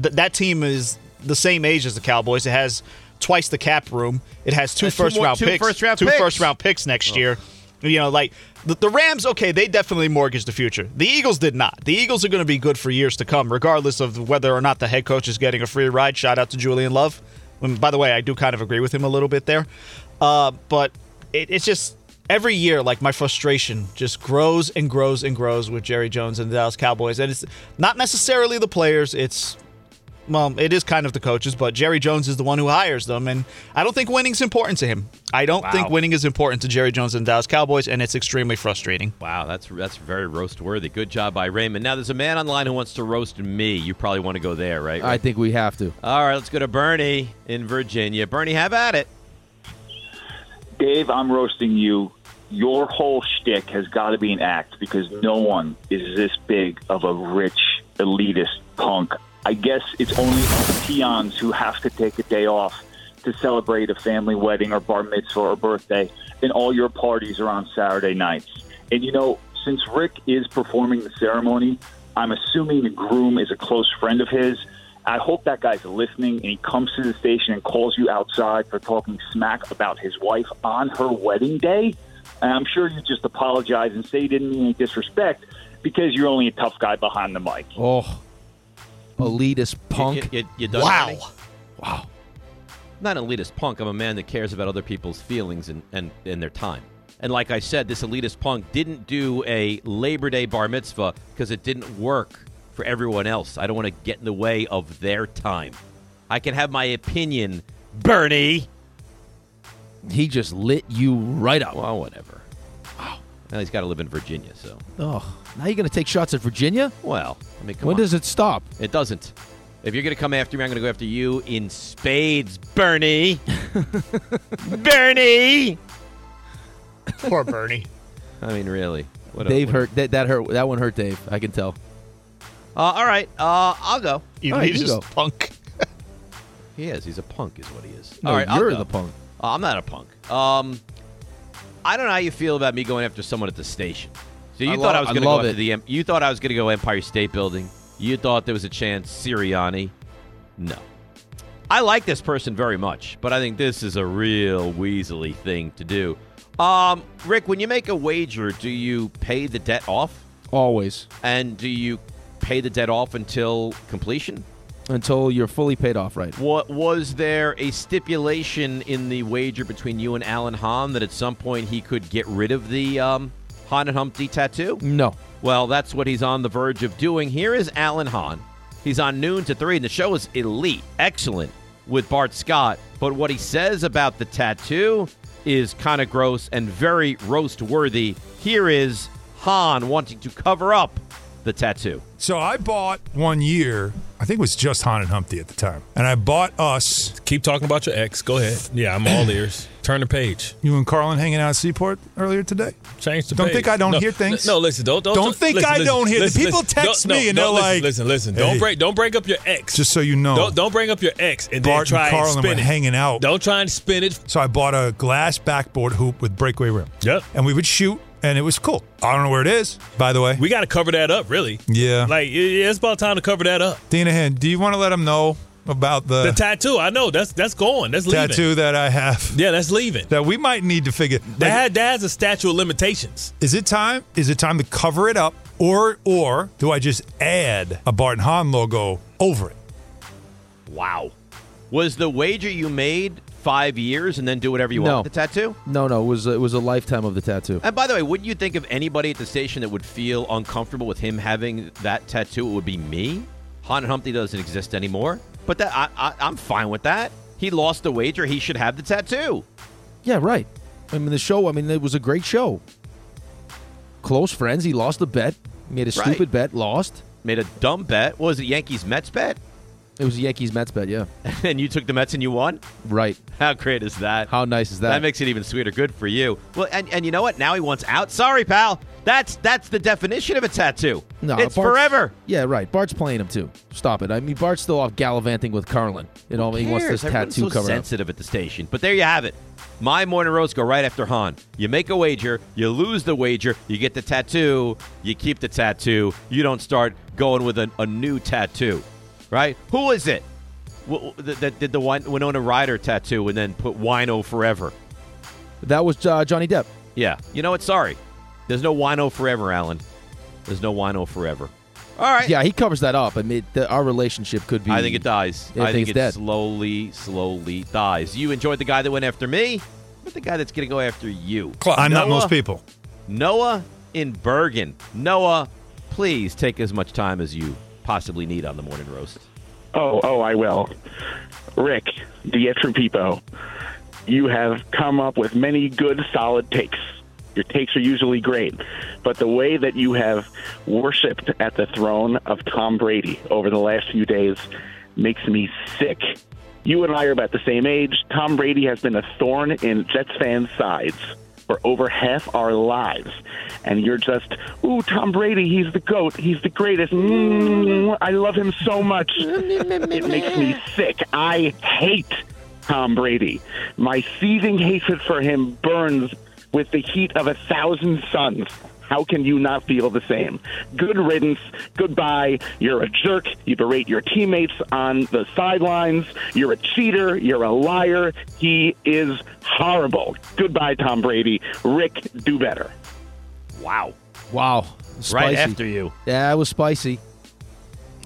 th- that team is the same age as the Cowboys. It has twice the cap room. It has two
Has two
first
more-
round
two
picks,
first-round
two
picks.
first round picks next year. You know, like the, the Rams, okay, they definitely mortgaged the future. The Eagles did not. The Eagles are going to be good for years to come, regardless of whether or not the head coach is getting a free ride. Shout out to Julian Love. Um, by the way, I do kind of agree with him a little bit there. Uh, but it, it's just every year, like my frustration just grows and grows and grows with Jerry Jones and the Dallas Cowboys. And it's not necessarily the players, it's well, it is kind of the coaches, but Jerry Jones is the one who hires them, and I don't think winning's important to him. I don't
Wow.
think winning is important to Jerry Jones and Dallas Cowboys, and it's extremely frustrating.
Wow, that's that's very roast worthy. Good job by Raymond. Now there's a man online who wants to roast me. You probably want to go there, right?
I think we have to.
All right, let's go to Bernie in Virginia. Bernie, have at it.
Dave, I'm roasting you. Your whole shtick has got to be an act because no one is this big of a rich elitist punk. I guess it's only peons who have to take a day off to celebrate a family wedding or bar mitzvah or birthday, and all your parties are on Saturday nights. And you know, since Rick is performing the ceremony, I'm assuming the groom is a close friend of his. I hope that guy's listening and he comes to the station and calls you outside for talking smack about his wife on her wedding day. And I'm sure you just apologize and say you didn't mean any disrespect because you're only a tough guy behind the mic.
Oh, elitist punk.
You, you done, Bernie? Wow. I'm not an elitist punk. I'm a man that cares about other people's feelings and, and, and their time. And like I said, this elitist punk didn't do a Labor Day bar mitzvah because it didn't work for everyone else. I don't want to get in the way of their time. I can have my opinion, Bernie.
He just lit you right up. Well, whatever.
Now he's got to live in Virginia, so.
Oh, now you're gonna take shots at Virginia?
Well, I mean, come
when
on.
does it stop?
It doesn't. If you're going to come after me, I'm going to go after you in spades, Bernie. Bernie!
Poor Bernie.
I mean, really. What a-
Dave
what a-
hurt. That, that hurt. That one hurt Dave. I can tell.
Uh, all right, uh, I'll go.
You All right, elitist you go.
punk.
he is. He's a punk, is what he is.
No,
all right, I'll
you're
go.
the punk.
Uh, I'm not a punk. Um, I don't know how you feel about me going after someone at the station. So you
I
thought
love-
I was
I
going to go
love
after
it.
the em- you thought I was going to go Empire State Building. You thought there was a chance Sirianni. No, I like this person very much, but I think this is a real weaselly thing to do. Um, Rick, when you make a wager, do you pay the debt off?
Always
And do you pay the debt off until completion?
until you're fully paid off, right?
What was there a stipulation in the wager between you and Alan Hahn that at some point he could get rid of the um, Hahn and Humpty tattoo?
No.
Well, that's what he's on the verge of doing. Here is Alan Hahn. He's on noon to three, and the show is elite, excellent with Bart Scott. But what he says about the tattoo is kind of gross and very roast worthy. Here is Hahn wanting to cover up the tattoo.
So I bought one year, I think it was just Haunted Humpty at the time. And I bought us.
Keep talking about your ex. Go ahead. Yeah, I'm all ears. Turn the page.
You and Carlin hanging out at Seaport earlier today?
Change the
Don't
page.
think I don't
No,
hear things.
No, listen. Don't don't,
Don't think
listen,
I
listen,
don't hear- the
listen,
people
listen.
text
Don't-
me and
don't
they're
listen,
like,
Listen, listen. Don't
"Hey."
break. Don't break up your ex.
Just so you know.
Don't don't bring up your ex and
Bart
then try
and Carlin
and spin
were
it.
hanging out.
Don't try and spin it.
So I bought a glass backboard hoop with breakaway rim.
Yep.
And we would shoot, and it was cool. I don't know where it is, by the way.
We got to cover that up, really.
Yeah.
Like it- it's about time to cover that up.
Dinahan, do you want to let them know about the,
the tattoo, I know that's that's going. That's leaving.
tattoo that I have?
Yeah, that's leaving.
That we might need to figure.
That had, that has a statute of limitations.
Is it time? Is it time to cover it up, or or do I just add a Barton Hahn logo over it?
Wow. Was the wager you made five years and then do whatever you
no.
want with the tattoo?
No, no. It was it was a lifetime of the tattoo.
And by the way, wouldn't you think of anybody at the station that would feel uncomfortable with him having that tattoo? It would be me. Han and Humpty doesn't exist anymore. But that I, I, I'm fine with that. He lost the wager. He should have the tattoo.
Yeah, right. I mean, the show. I mean, it was a great show. Close friends. He lost the bet. Made a
Right.
stupid bet. Lost.
Made a dumb bet. What was it Yankees Mets bet?
It was a Yankees Mets bet. Yeah.
and you took the Mets and you won.
Right.
How great is that?
How nice is that?
That makes it even sweeter. Good for you. Well, and, and you know what? Now he wants out. Sorry, pal. That's that's the definition of a tattoo.
No,
it's
Bart's-
forever.
Yeah, right. Bart's playing him too. Stop it. I mean, Bart's still off gallivanting with Carlin. You know, he wants this
cares? Everyone's
tattoo
so
covered up.
sensitive at the station. But there you have it. My morning roads go right after Han. You make a wager, you lose the wager, you get the tattoo, you keep the tattoo. You don't start going with a, a new tattoo, right? Who is it w- w- that, that did the Win- Winona Ryder tattoo and then put Wino Forever?
That was uh, Johnny Depp.
Yeah. You know what? Sorry. There's no Wino Forever, Alan. There's no Wino Forever. All right.
Yeah, he covers that up. I mean, the, our relationship could be.
I think it dies.
I, think,
it
it's dead.
slowly, slowly dies. You enjoyed the guy that went after me, but the guy that's going to go after you.
I'm not
Noah-
most people.
Noah in Bergen. Noah, please take as much time as you possibly need on the morning roast.
Oh, oh, I will. Rick, the Etropipo, you have come up with many good, solid takes. Your takes are usually great, but the way that you have worshipped at the throne of Tom Brady over the last few days makes me sick. You and I are about the same age. Tom Brady has been a thorn in Jets fans' sides for over half our lives. And you're just, ooh, Tom Brady, he's the GOAT. He's the greatest. Mm, I love him so much. it makes me sick. I hate Tom Brady. My seething hatred for him burns with the heat of a thousand suns. How can you not feel the same? Good riddance. Goodbye. You're a jerk. You berate your teammates on the sidelines. You're a cheater. You're a liar. He is horrible. Goodbye, Tom Brady. Rick, do better.
Wow.
Wow.
Right
Spicy.
after you.
Yeah, it was spicy.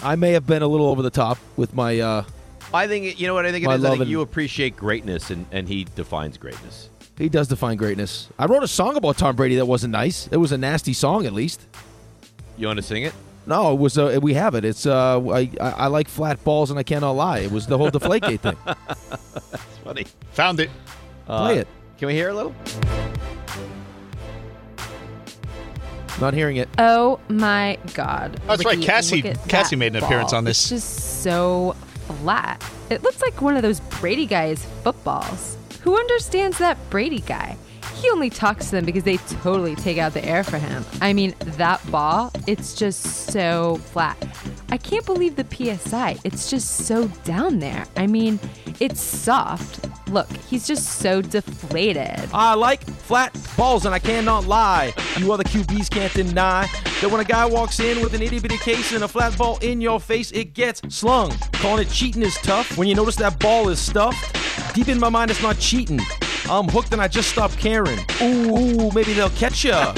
I may have been a little over the top with my. Uh,
I think you know what I think it
My
is. I
love
think
and-
you appreciate greatness, and, and he defines greatness.
he does define greatness. I wrote a song about Tom Brady that wasn't nice. It was a nasty song, at least.
You want to sing it?
No, it was. Uh, we have it. It's. Uh, I, I I like flat balls, and I cannot lie. It was the whole Deflategate thing.
That's funny.
Found it.
Play it.
Uh, Can we hear a little?
Not hearing it.
Oh my God.
Oh, that's right.
Ricky,
Cassie-
look at
Cassie
that
made an appearance
ball.
on this.
It's just so flat. It looks like one of those Brady guys' footballs. Who understands that Brady guy? He only talks to them because they totally take out the air for him. I mean, that ball, it's just so flat. I can't believe the PSI. It's just so down there. I mean, it's soft. Look, he's just so deflated.
I like flat balls, and I cannot lie. You other QBs can't deny that when a guy walks in with an itty bitty case and a flat ball in your face, it gets slung. Calling it cheating is tough. When you notice that ball is stuffed, deep in my mind, it's not cheating. I'm hooked and I just stopped caring. Ooh, ooh, maybe they'll catch ya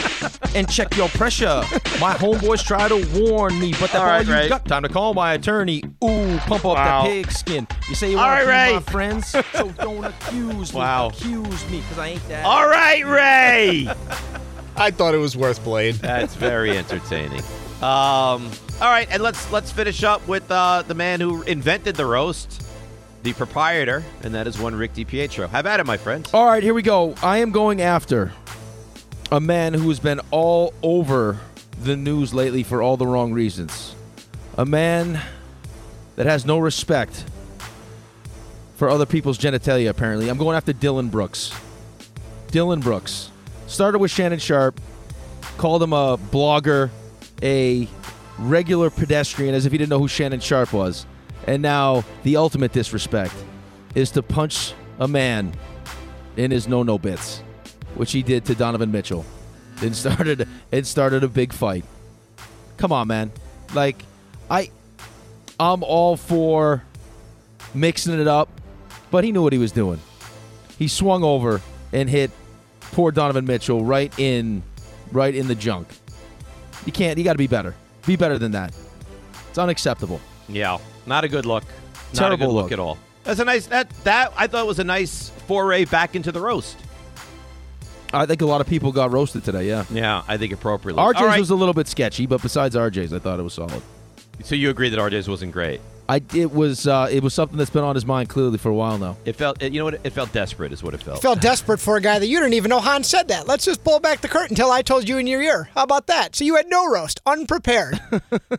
and check your pressure. My homeboys try to warn me, but that's all,
All right,
you
Ray.
got. Time to call my attorney. Ooh, pump up
Wow.
that pigskin. You say you
All
want to
right,
be my friends, so don't accuse me.
Wow.
Accuse me, because I ain't that.
All right,
Ray.
I thought it was worth playing.
That's very entertaining. Um, all right, and let's let's finish up with uh, the man who invented the roast, the proprietor, and that is one Rick DiPietro. Have at it, my friends.
Oh.
All right, here we go. I am going after a man who has been all over the news lately for all the wrong reasons. A man that has no respect for other people's genitalia, apparently. I'm going after Dylan Brooks. Dylan Brooks. Started with Shannon Sharp, called him a blogger, a regular pedestrian, as if he didn't know who Shannon Sharp was. And now the ultimate disrespect is to punch a man in his no-no bits, which he did to Donovan Mitchell. Then started it started a big fight. Come on, man. Like I I'm all for mixing it up, but he knew what he was doing. He swung over and hit poor Donovan Mitchell right in right in the junk. You can't you got to be better. Be better than that. It's unacceptable.
Yeah, not a good look. Not a
Terrible
good look.
look.
at all. That's a nice that that I thought was a nice foray back into the roast.
I think a lot of people got roasted today, yeah.
Yeah, I think appropriately.
RJ's
All right,
was a little bit sketchy, but besides RJ's, I thought it was solid.
so you agree that RJ's wasn't great.
I it was uh, it was something that's been on his mind clearly for a while now.
It felt it, you know what it felt desperate is what it felt.
Felt desperate for a guy that you didn't even know Hans said that. Let's just pull back the curtain until I told you in your ear. How about that? So you had no roast, unprepared,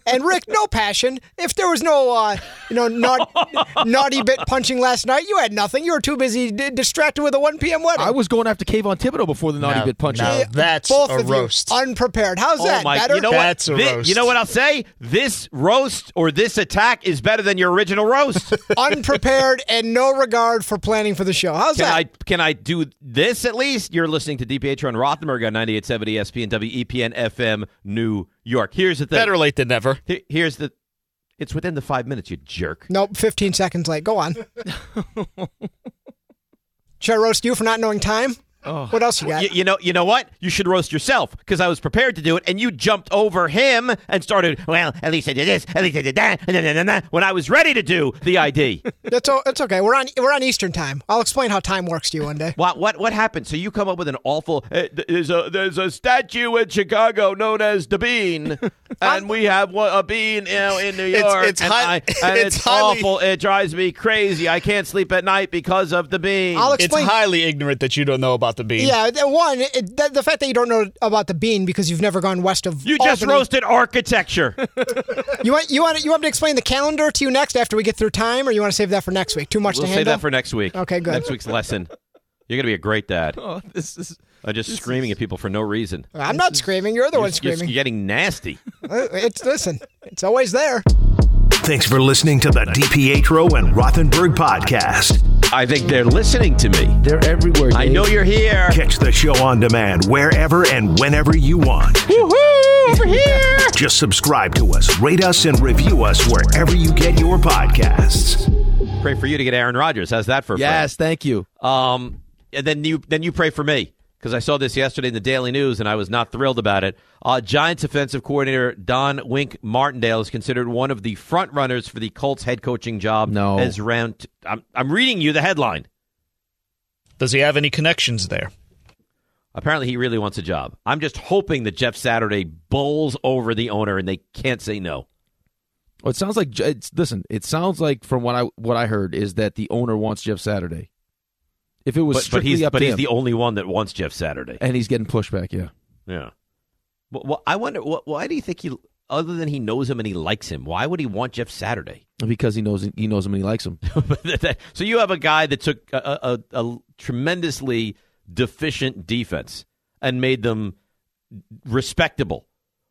and Rick, no passion. If there was no, uh, you know, naut- naughty bit punching last night, you had nothing. You were too busy d- distracted with a 1 p.m. wedding.
I was going after Kayvon Thibodeau before the naughty
Now-
bit punch.
now
that's
Both
a
of
roast.
you unprepared. How's that better?
Oh You know what? Thi- You know what I'll say? This roast or this attack is better than your original roast.
unprepared and no regard for planning for the show. How's
Can
that?
I can I do this at least? You're listening to DPH on Rothenberg on 98.7 ESP and WEPN FM New York. Here's the thing.
Better late than never.
He- Here's the. It's within the five minutes, you jerk.
Nope, 15 seconds late. Go on. Should I roast you for not knowing time? What else you got?
You, know, you know what? You should roast yourself because I was prepared to do it, and you jumped over him and started. Well, at least I did this. At least I did that. And then, and then, when I was ready to do the ID,
That's all, that's okay. We're on we're on Eastern time. I'll explain how time works to you one day.
what what what happened? So you come up with an awful. Uh, th- there's a there's a statue in Chicago known as the Bean, and we have one, a Bean you know, in New
It's-
York.
it's
and
hi-
I- and
it's
it's,
highly-
awful. It drives me crazy. I can't sleep at night because of the Bean.
It's highly ignorant that you don't know about the bean.
Yeah, th- one it, th- the fact that you don't know about the bean because you've never gone west of
you just
Albany.
roasted architecture.
You want you want you want me to explain the calendar to you next after we get through time, or you want to save that for next week? Too much
We'll
to
save
handle.
that for next week.
Okay, good.
Next week's lesson. You're gonna be a great dad.
Oh, this is.
Uh, just screaming at people for no reason.
I'm not screaming. You're the
You're-
one
you're
screaming.
getting nasty.
Uh, It's listen. It's always there.
Thanks for listening to the DPetro and Rothenberg podcast.
I think they're listening to me.
They're everywhere.
I know you're here.
Catch the show on demand wherever and whenever you want.
Woohoo! Over here.
Just subscribe to us, rate us, and review us wherever you get your podcasts.
Pray for you to get Aaron Rodgers. How's that for a friend?
Yes, thank you.
Um, and then you then you pray for me because I saw this yesterday in the Daily News and I was not thrilled about it. Uh, Giants offensive coordinator Don Wink Martindale is considered one of the front runners for the Colts head coaching job.
No.
as round. t- I'm I'm reading you the headline.
Does he have any connections there?
Apparently, he really wants a job. I'm just hoping that Jeff Saturday bowls over the owner and they can't say no.
Well, it sounds like J- it's, listen. It sounds like from what I what I heard is that the owner wants Jeff Saturday. If it was
but, but
strictly
he's
up
but
to
he's
him,
the only one that wants Jeff Saturday.
and he's getting pushback. Yeah,
Yeah. Well, well I wonder wh- why do you think he, other than he knows him and he likes him, why would he want Jeff Saturday?
because he knows he knows him and he likes him.
so you have a guy that took a, a, a tremendously deficient defense and made them respectable,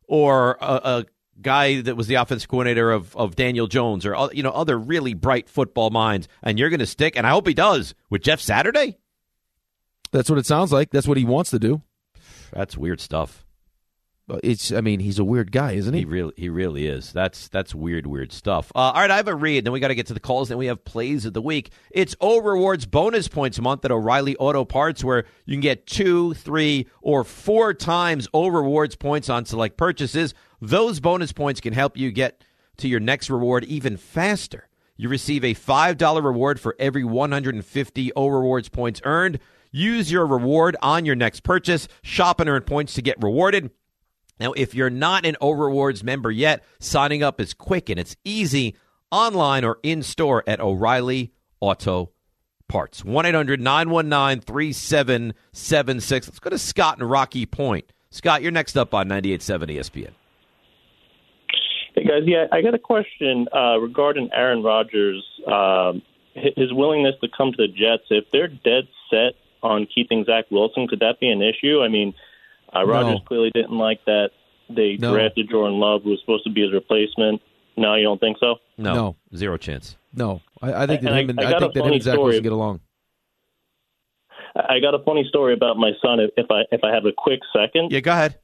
or a, a guy that was the offense coordinator of, of Daniel Jones, or o- you know other really bright football minds, and you're going to stick, and I hope he does with Jeff Saturday.
That's what it sounds like. That's what he wants to do.
That's weird stuff.
But It's. I mean, he's a weird guy, isn't he?
He really, he really is. That's that's weird, weird stuff. Uh, all right, I have a read. Then we got to get to the calls. Then we have plays of the week. It's O Rewards Bonus Points Month at O'Reilly Auto Parts, where you can get two, three, or four times O Rewards points on select purchases. Those bonus points can help you get to your next reward even faster. You receive a $5 reward for every 150 O Rewards points earned. Use your reward on your next purchase. Shop and earn points to get rewarded. Now, if you're not an O Rewards member yet, signing up is quick and it's easy online or in store at O'Reilly Auto Parts. 1 800 919 3776. Let's go to Scott in Rocky Point. Scott, you're next up on 98.7 ESPN.
Hey guys, yeah, I got a question uh, regarding Aaron Rodgers, um, hi- his willingness to come to the Jets. If they're dead set on keeping Zach Wilson, could that be an issue? I mean, uh,
No.
Rodgers clearly didn't like that they
No.
drafted Jordan Love, who was supposed to be his replacement. No, you don't think so?
No,
No.
zero chance.
No, I, I think that
And I-
him and
I
I,
got
think
a
that him
funny
and Zach
story.
Wilson get along.
I I got a funny story about my son. If if I if I have a quick second,
yeah, go ahead.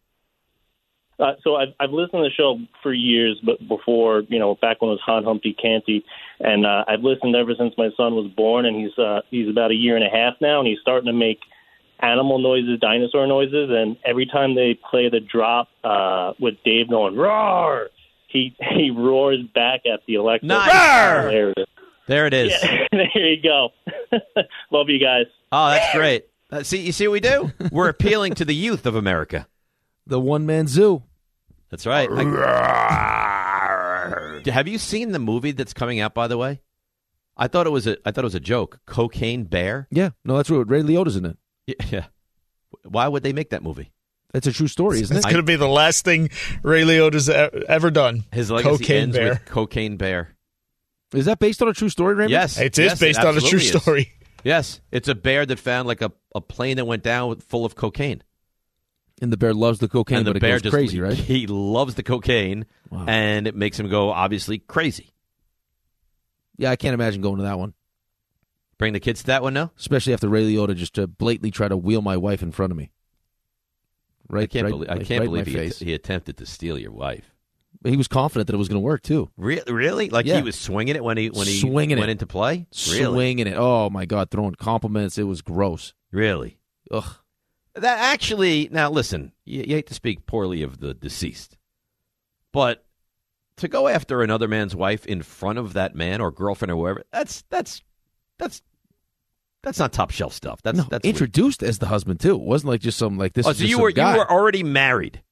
Uh, so I've I've listened to the show for years, but before you know, back when it was Hot Humpty Canty, and uh, I've listened ever since my son was born, and he's uh, he's about a year and a half now, and he's starting to make animal noises, dinosaur noises, and every time they play the drop uh, with Dave going roar, he he roars back at the Alexa.
Nice.
Hilarious.
There it is.
Yeah, there you go. Love you guys.
Oh, that's great. Uh, see, you see what we do? We're appealing to the youth of America.
The one man zoo.
That's right. I- have you seen the movie that's coming out? By the way, I thought it was a I thought it was a joke. Cocaine Bear.
Yeah, no, that's what Ray Liotta's in it.
Y- Yeah. Why would they make that movie?
That's a true story, isn't
It's
it?
going to be the last thing Ray Liotta's e- ever done.
His legacy
Cocaine
ends
Bear.
with Cocaine Bear.
Is that based on a true story, Raymond?
Yes,
It is
yes,
based on a true
absolutely is.
story.
Yes, it's a bear that found like a, a plane that went down with, full of cocaine,
And the bear loves the cocaine,
and the
but it
bear
goes
just
crazy, right?
He loves the cocaine, and it makes him go obviously crazy.
Yeah, I can't imagine going to that one,
Bring the kids to that one now.
especially after Ray Liotta just to blatantly try to wheel my wife in front of me. Right,
I can't
right-
believe I
right-
can't
right in my
believe he,
face.
att- he attempted to steal your wife.
He was confident that it was going to work too.
Re- really? Like
Yeah.
he was swinging it when he when he
Swinging
went
it.
into play? Really?
Swinging it. Oh my God, throwing compliments. It was gross.
Really?
Ugh.
That actually, now listen, you, you hate to speak poorly of the deceased, but to go after another man's wife in front of that man or girlfriend or whoever, that's that's that's that's not top shelf stuff. That's
no,
that's weird.
introduced as the husband too. It wasn't like just some like this.
Oh,
is
so
just
you
some
were
guy.
you were already married.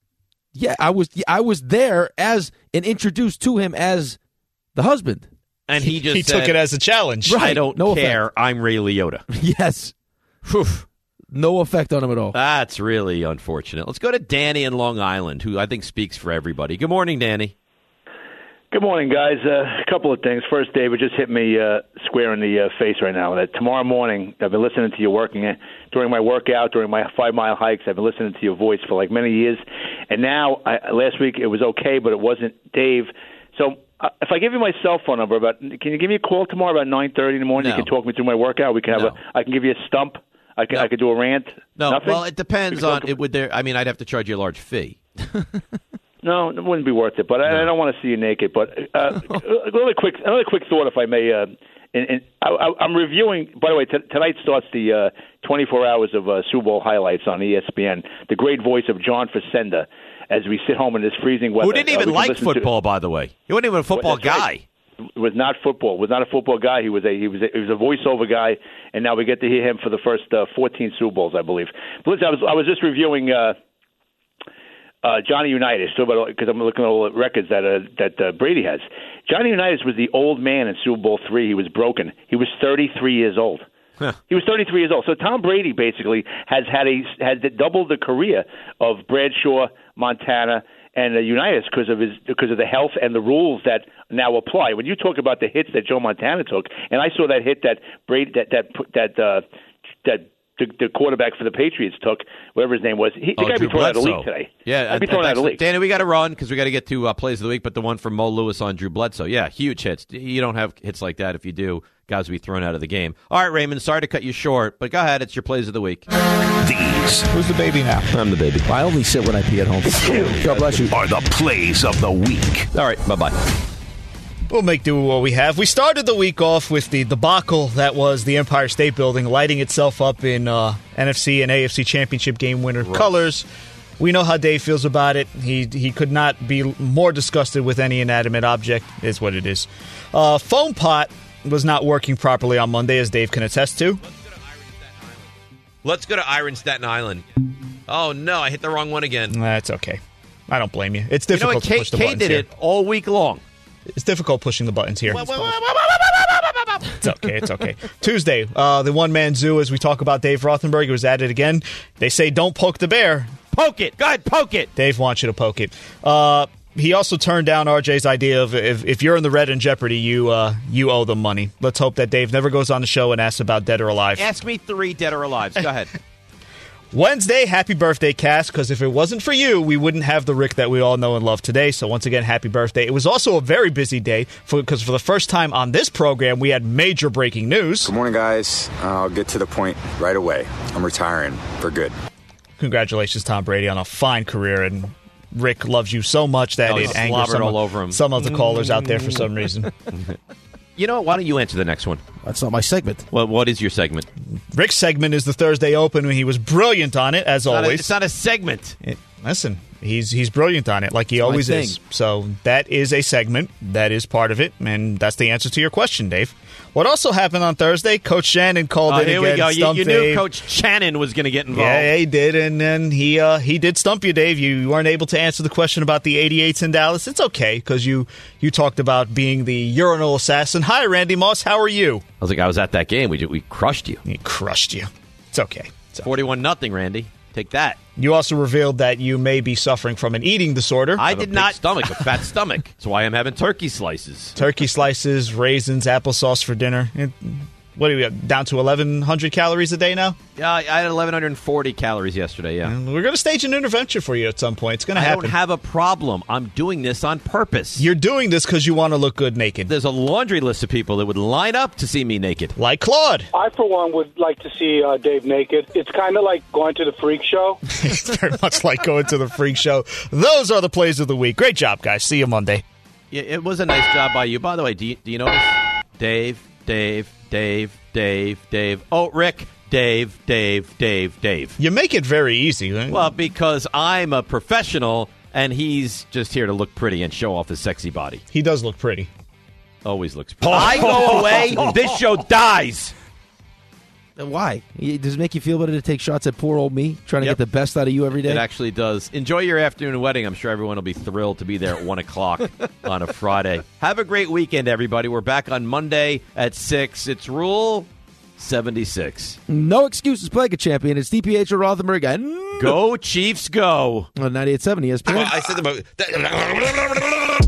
yeah. I was yeah, I was there as and introduced to him as the husband.
And he just
He took
said,
it as a challenge.
I
Right.
don't
No
care. I'm Ray Liotta.
yes. No effect on him at all.
That's really unfortunate. Let's go to Danny in Long Island, who I think speaks for everybody. Good morning, Danny.
Good morning, guys. Uh, a couple of things. First, David just hit me uh, square in the uh, face right now. That tomorrow morning, I've been listening to you working it during my workout, during my five mile hikes. I've been listening to your voice for like many years, and now I, last week it was okay, but it wasn't Dave. So uh, if I give you my cell phone number, about can you give me a call tomorrow about nine thirty in the morning? You can talk me through my workout. We can have a. I can give you a stump. I can. I could do a rant.
No,
Nothing?
well, it depends
We can
on
talk-
it. Would there? I mean, I'd have to charge you a large fee.
No, it wouldn't be worth it. But I, I don't want to see you naked. But uh, another quick, another quick thought, if I may. Uh, and, and I, I, I'm reviewing. By the way, t- tonight starts the uh, 24 hours of uh, Super Bowl highlights on E ESPN. The great voice of John Facenda as we sit home in this freezing weather.
Who didn't
Uh,
even
we can
like
listen to-
football, by the way. He wasn't even a football
That's
guy.
right. Was not football. Was not a football guy. He was a he was a, he was a voiceover guy, and now we get to hear him for the first uh, 14 Super Bowls, I believe. But listen, I was I was just reviewing. Uh, uh, Johnny Unitas, so because I'm looking at all the records that uh, that uh, Brady has. Johnny Unitas was the old man in Super Bowl three. He was broken. He was 33 years old. He was 33 years old. So Tom Brady basically has had a has doubled the career of Bradshaw, Montana, and uh, Unitas because of his because of the health and the rules that now apply. When you talk about the hits that Joe Montana took, and I saw that hit that Brady that that that uh, that the, the quarterback for the Patriots took, whatever his name was, he, the
Oh,
guy
Drew
be thrown out of the league
Bledsoe.
today.
Yeah,
I'd be
uh,
thrown out of the
thanks.
league.
Danny, we got to run because we got to get to uh, plays of the week. But the one from Mo Lewis on Drew Bledsoe, yeah, huge hits. You don't have hits like that. If you do, guys will be thrown out of the game. All right, Raymond, sorry to cut you short, but go ahead. It's your plays of the week.
These. Who's the baby now?
I'm the baby. I only sit when I pee at home.
God bless you. Are the plays of the week.
All right, bye bye.
We'll make do with what we have. We started the week off with the debacle that was the Empire State Building lighting itself up in uh, NFC and AFC Championship game winner colors. We know how Dave feels about it. He he could not be more disgusted with any inanimate object. Is what it is. Uh, foam pot was not working properly on Monday, as Dave can attest to.
Let's go to Iron Staten Island. Oh no, I hit the wrong one again.
That's okay. I don't blame you. It's
You know
difficult
what?
to
Kate-
push the
Kate
buttons
did
here.
it all week long.
It's difficult pushing the buttons here. It's okay. It's okay. Tuesday, uh, the one man zoo, as we talk about Dave Rothenberg, was at it again. They say don't poke the bear.
Poke it. Go ahead, poke it.
Dave wants you to poke it. Uh, he also turned down RJ's idea of if, if you're in the red in Jeopardy, you uh, you owe them money. Let's hope that Dave never goes on the show and asks about dead or alive.
Ask me three dead or alive. Go ahead.
Wednesday, happy birthday, Cass, because if it wasn't for you, we wouldn't have the Rick that we all know and love today. So, once again, happy birthday. It was also a very busy day because for the first time on this program, we had major breaking news.
Good morning, guys. I'll get to the point right away. I'm retiring for good.
Congratulations, Tom Brady, on a fine career. And Rick loves you so much that
Oh, he
it angers
slobbered
some,
all over him.
some of the callers out there
Mm.
for some reason.
You know what? Why don't you answer the next one?
That's not my segment.
Well, what is your segment?
Rick's segment is the Thursday Open, and he was brilliant on it, as
It's not a-
always.
it's not a segment.
It- listen, he's he's brilliant on it, like he
It's my
always
thing.
is. So that is a segment that is part of it, and that's the answer to your question, Dave. What also happened on Thursday? Coach Shannon called
Oh,
in
here
again.
we go. You,
stumped
you knew
Dave.
Coach Shannon was going to get involved.
Yeah, he did, and then he uh, he did stump you, Dave. You weren't able to answer the question about the 88s in Dallas. It's okay because you you talked about being the urinal assassin. Hi, Randy Moss. How are you?
I was like, I was at that game. We did, we crushed you.
He crushed you. It's okay.
Forty-one nothing, Randy. Take that.
You also revealed that you may be suffering from an eating disorder.
I did not stomach a fat stomach. That's why I'm having turkey slices.
turkey slices, raisins, applesauce for dinner. It- What do we have? Down to 1,100 calories a day now?
Yeah, I had 1,140 calories yesterday. Yeah,
We're going to stage an intervention for you at some point. It's going to
I
happen.
don't have a problem. I'm doing this on purpose.
You're doing this because you want to look good naked.
There's a laundry list of people that would line up to see me naked,
like Claude.
I, for one, would like to see uh, Dave naked. It's kind of like going to the freak show.
it's very much like going to the freak show. Those are the plays of the week. Great job, guys. See you Monday.
Yeah, it was a nice job by you. By the way, do you, do you notice? Dave, Dave, Dave, Dave, Dave. Oh, Rick, Dave, Dave, Dave, Dave.
You make it very easy.
Well, because I'm a professional and he's just here to look pretty and show off his sexy body.
He does look pretty.
Always looks pretty. I go away, this show dies.
Why? It- Does it make you feel better to take shots at poor old me, trying to get the best out of you every day?
It actually does. Enjoy your afternoon wedding. I'm sure everyone will be thrilled to be there at 1 o'clock on a Friday. Have a great weekend, everybody. We're back on Monday at 6. It's Rule 76.
no excuses, Plague a champion. It's DPH or Rothenberg. And
Go, Chiefs, go.
On 98.7 ESPN.
I said about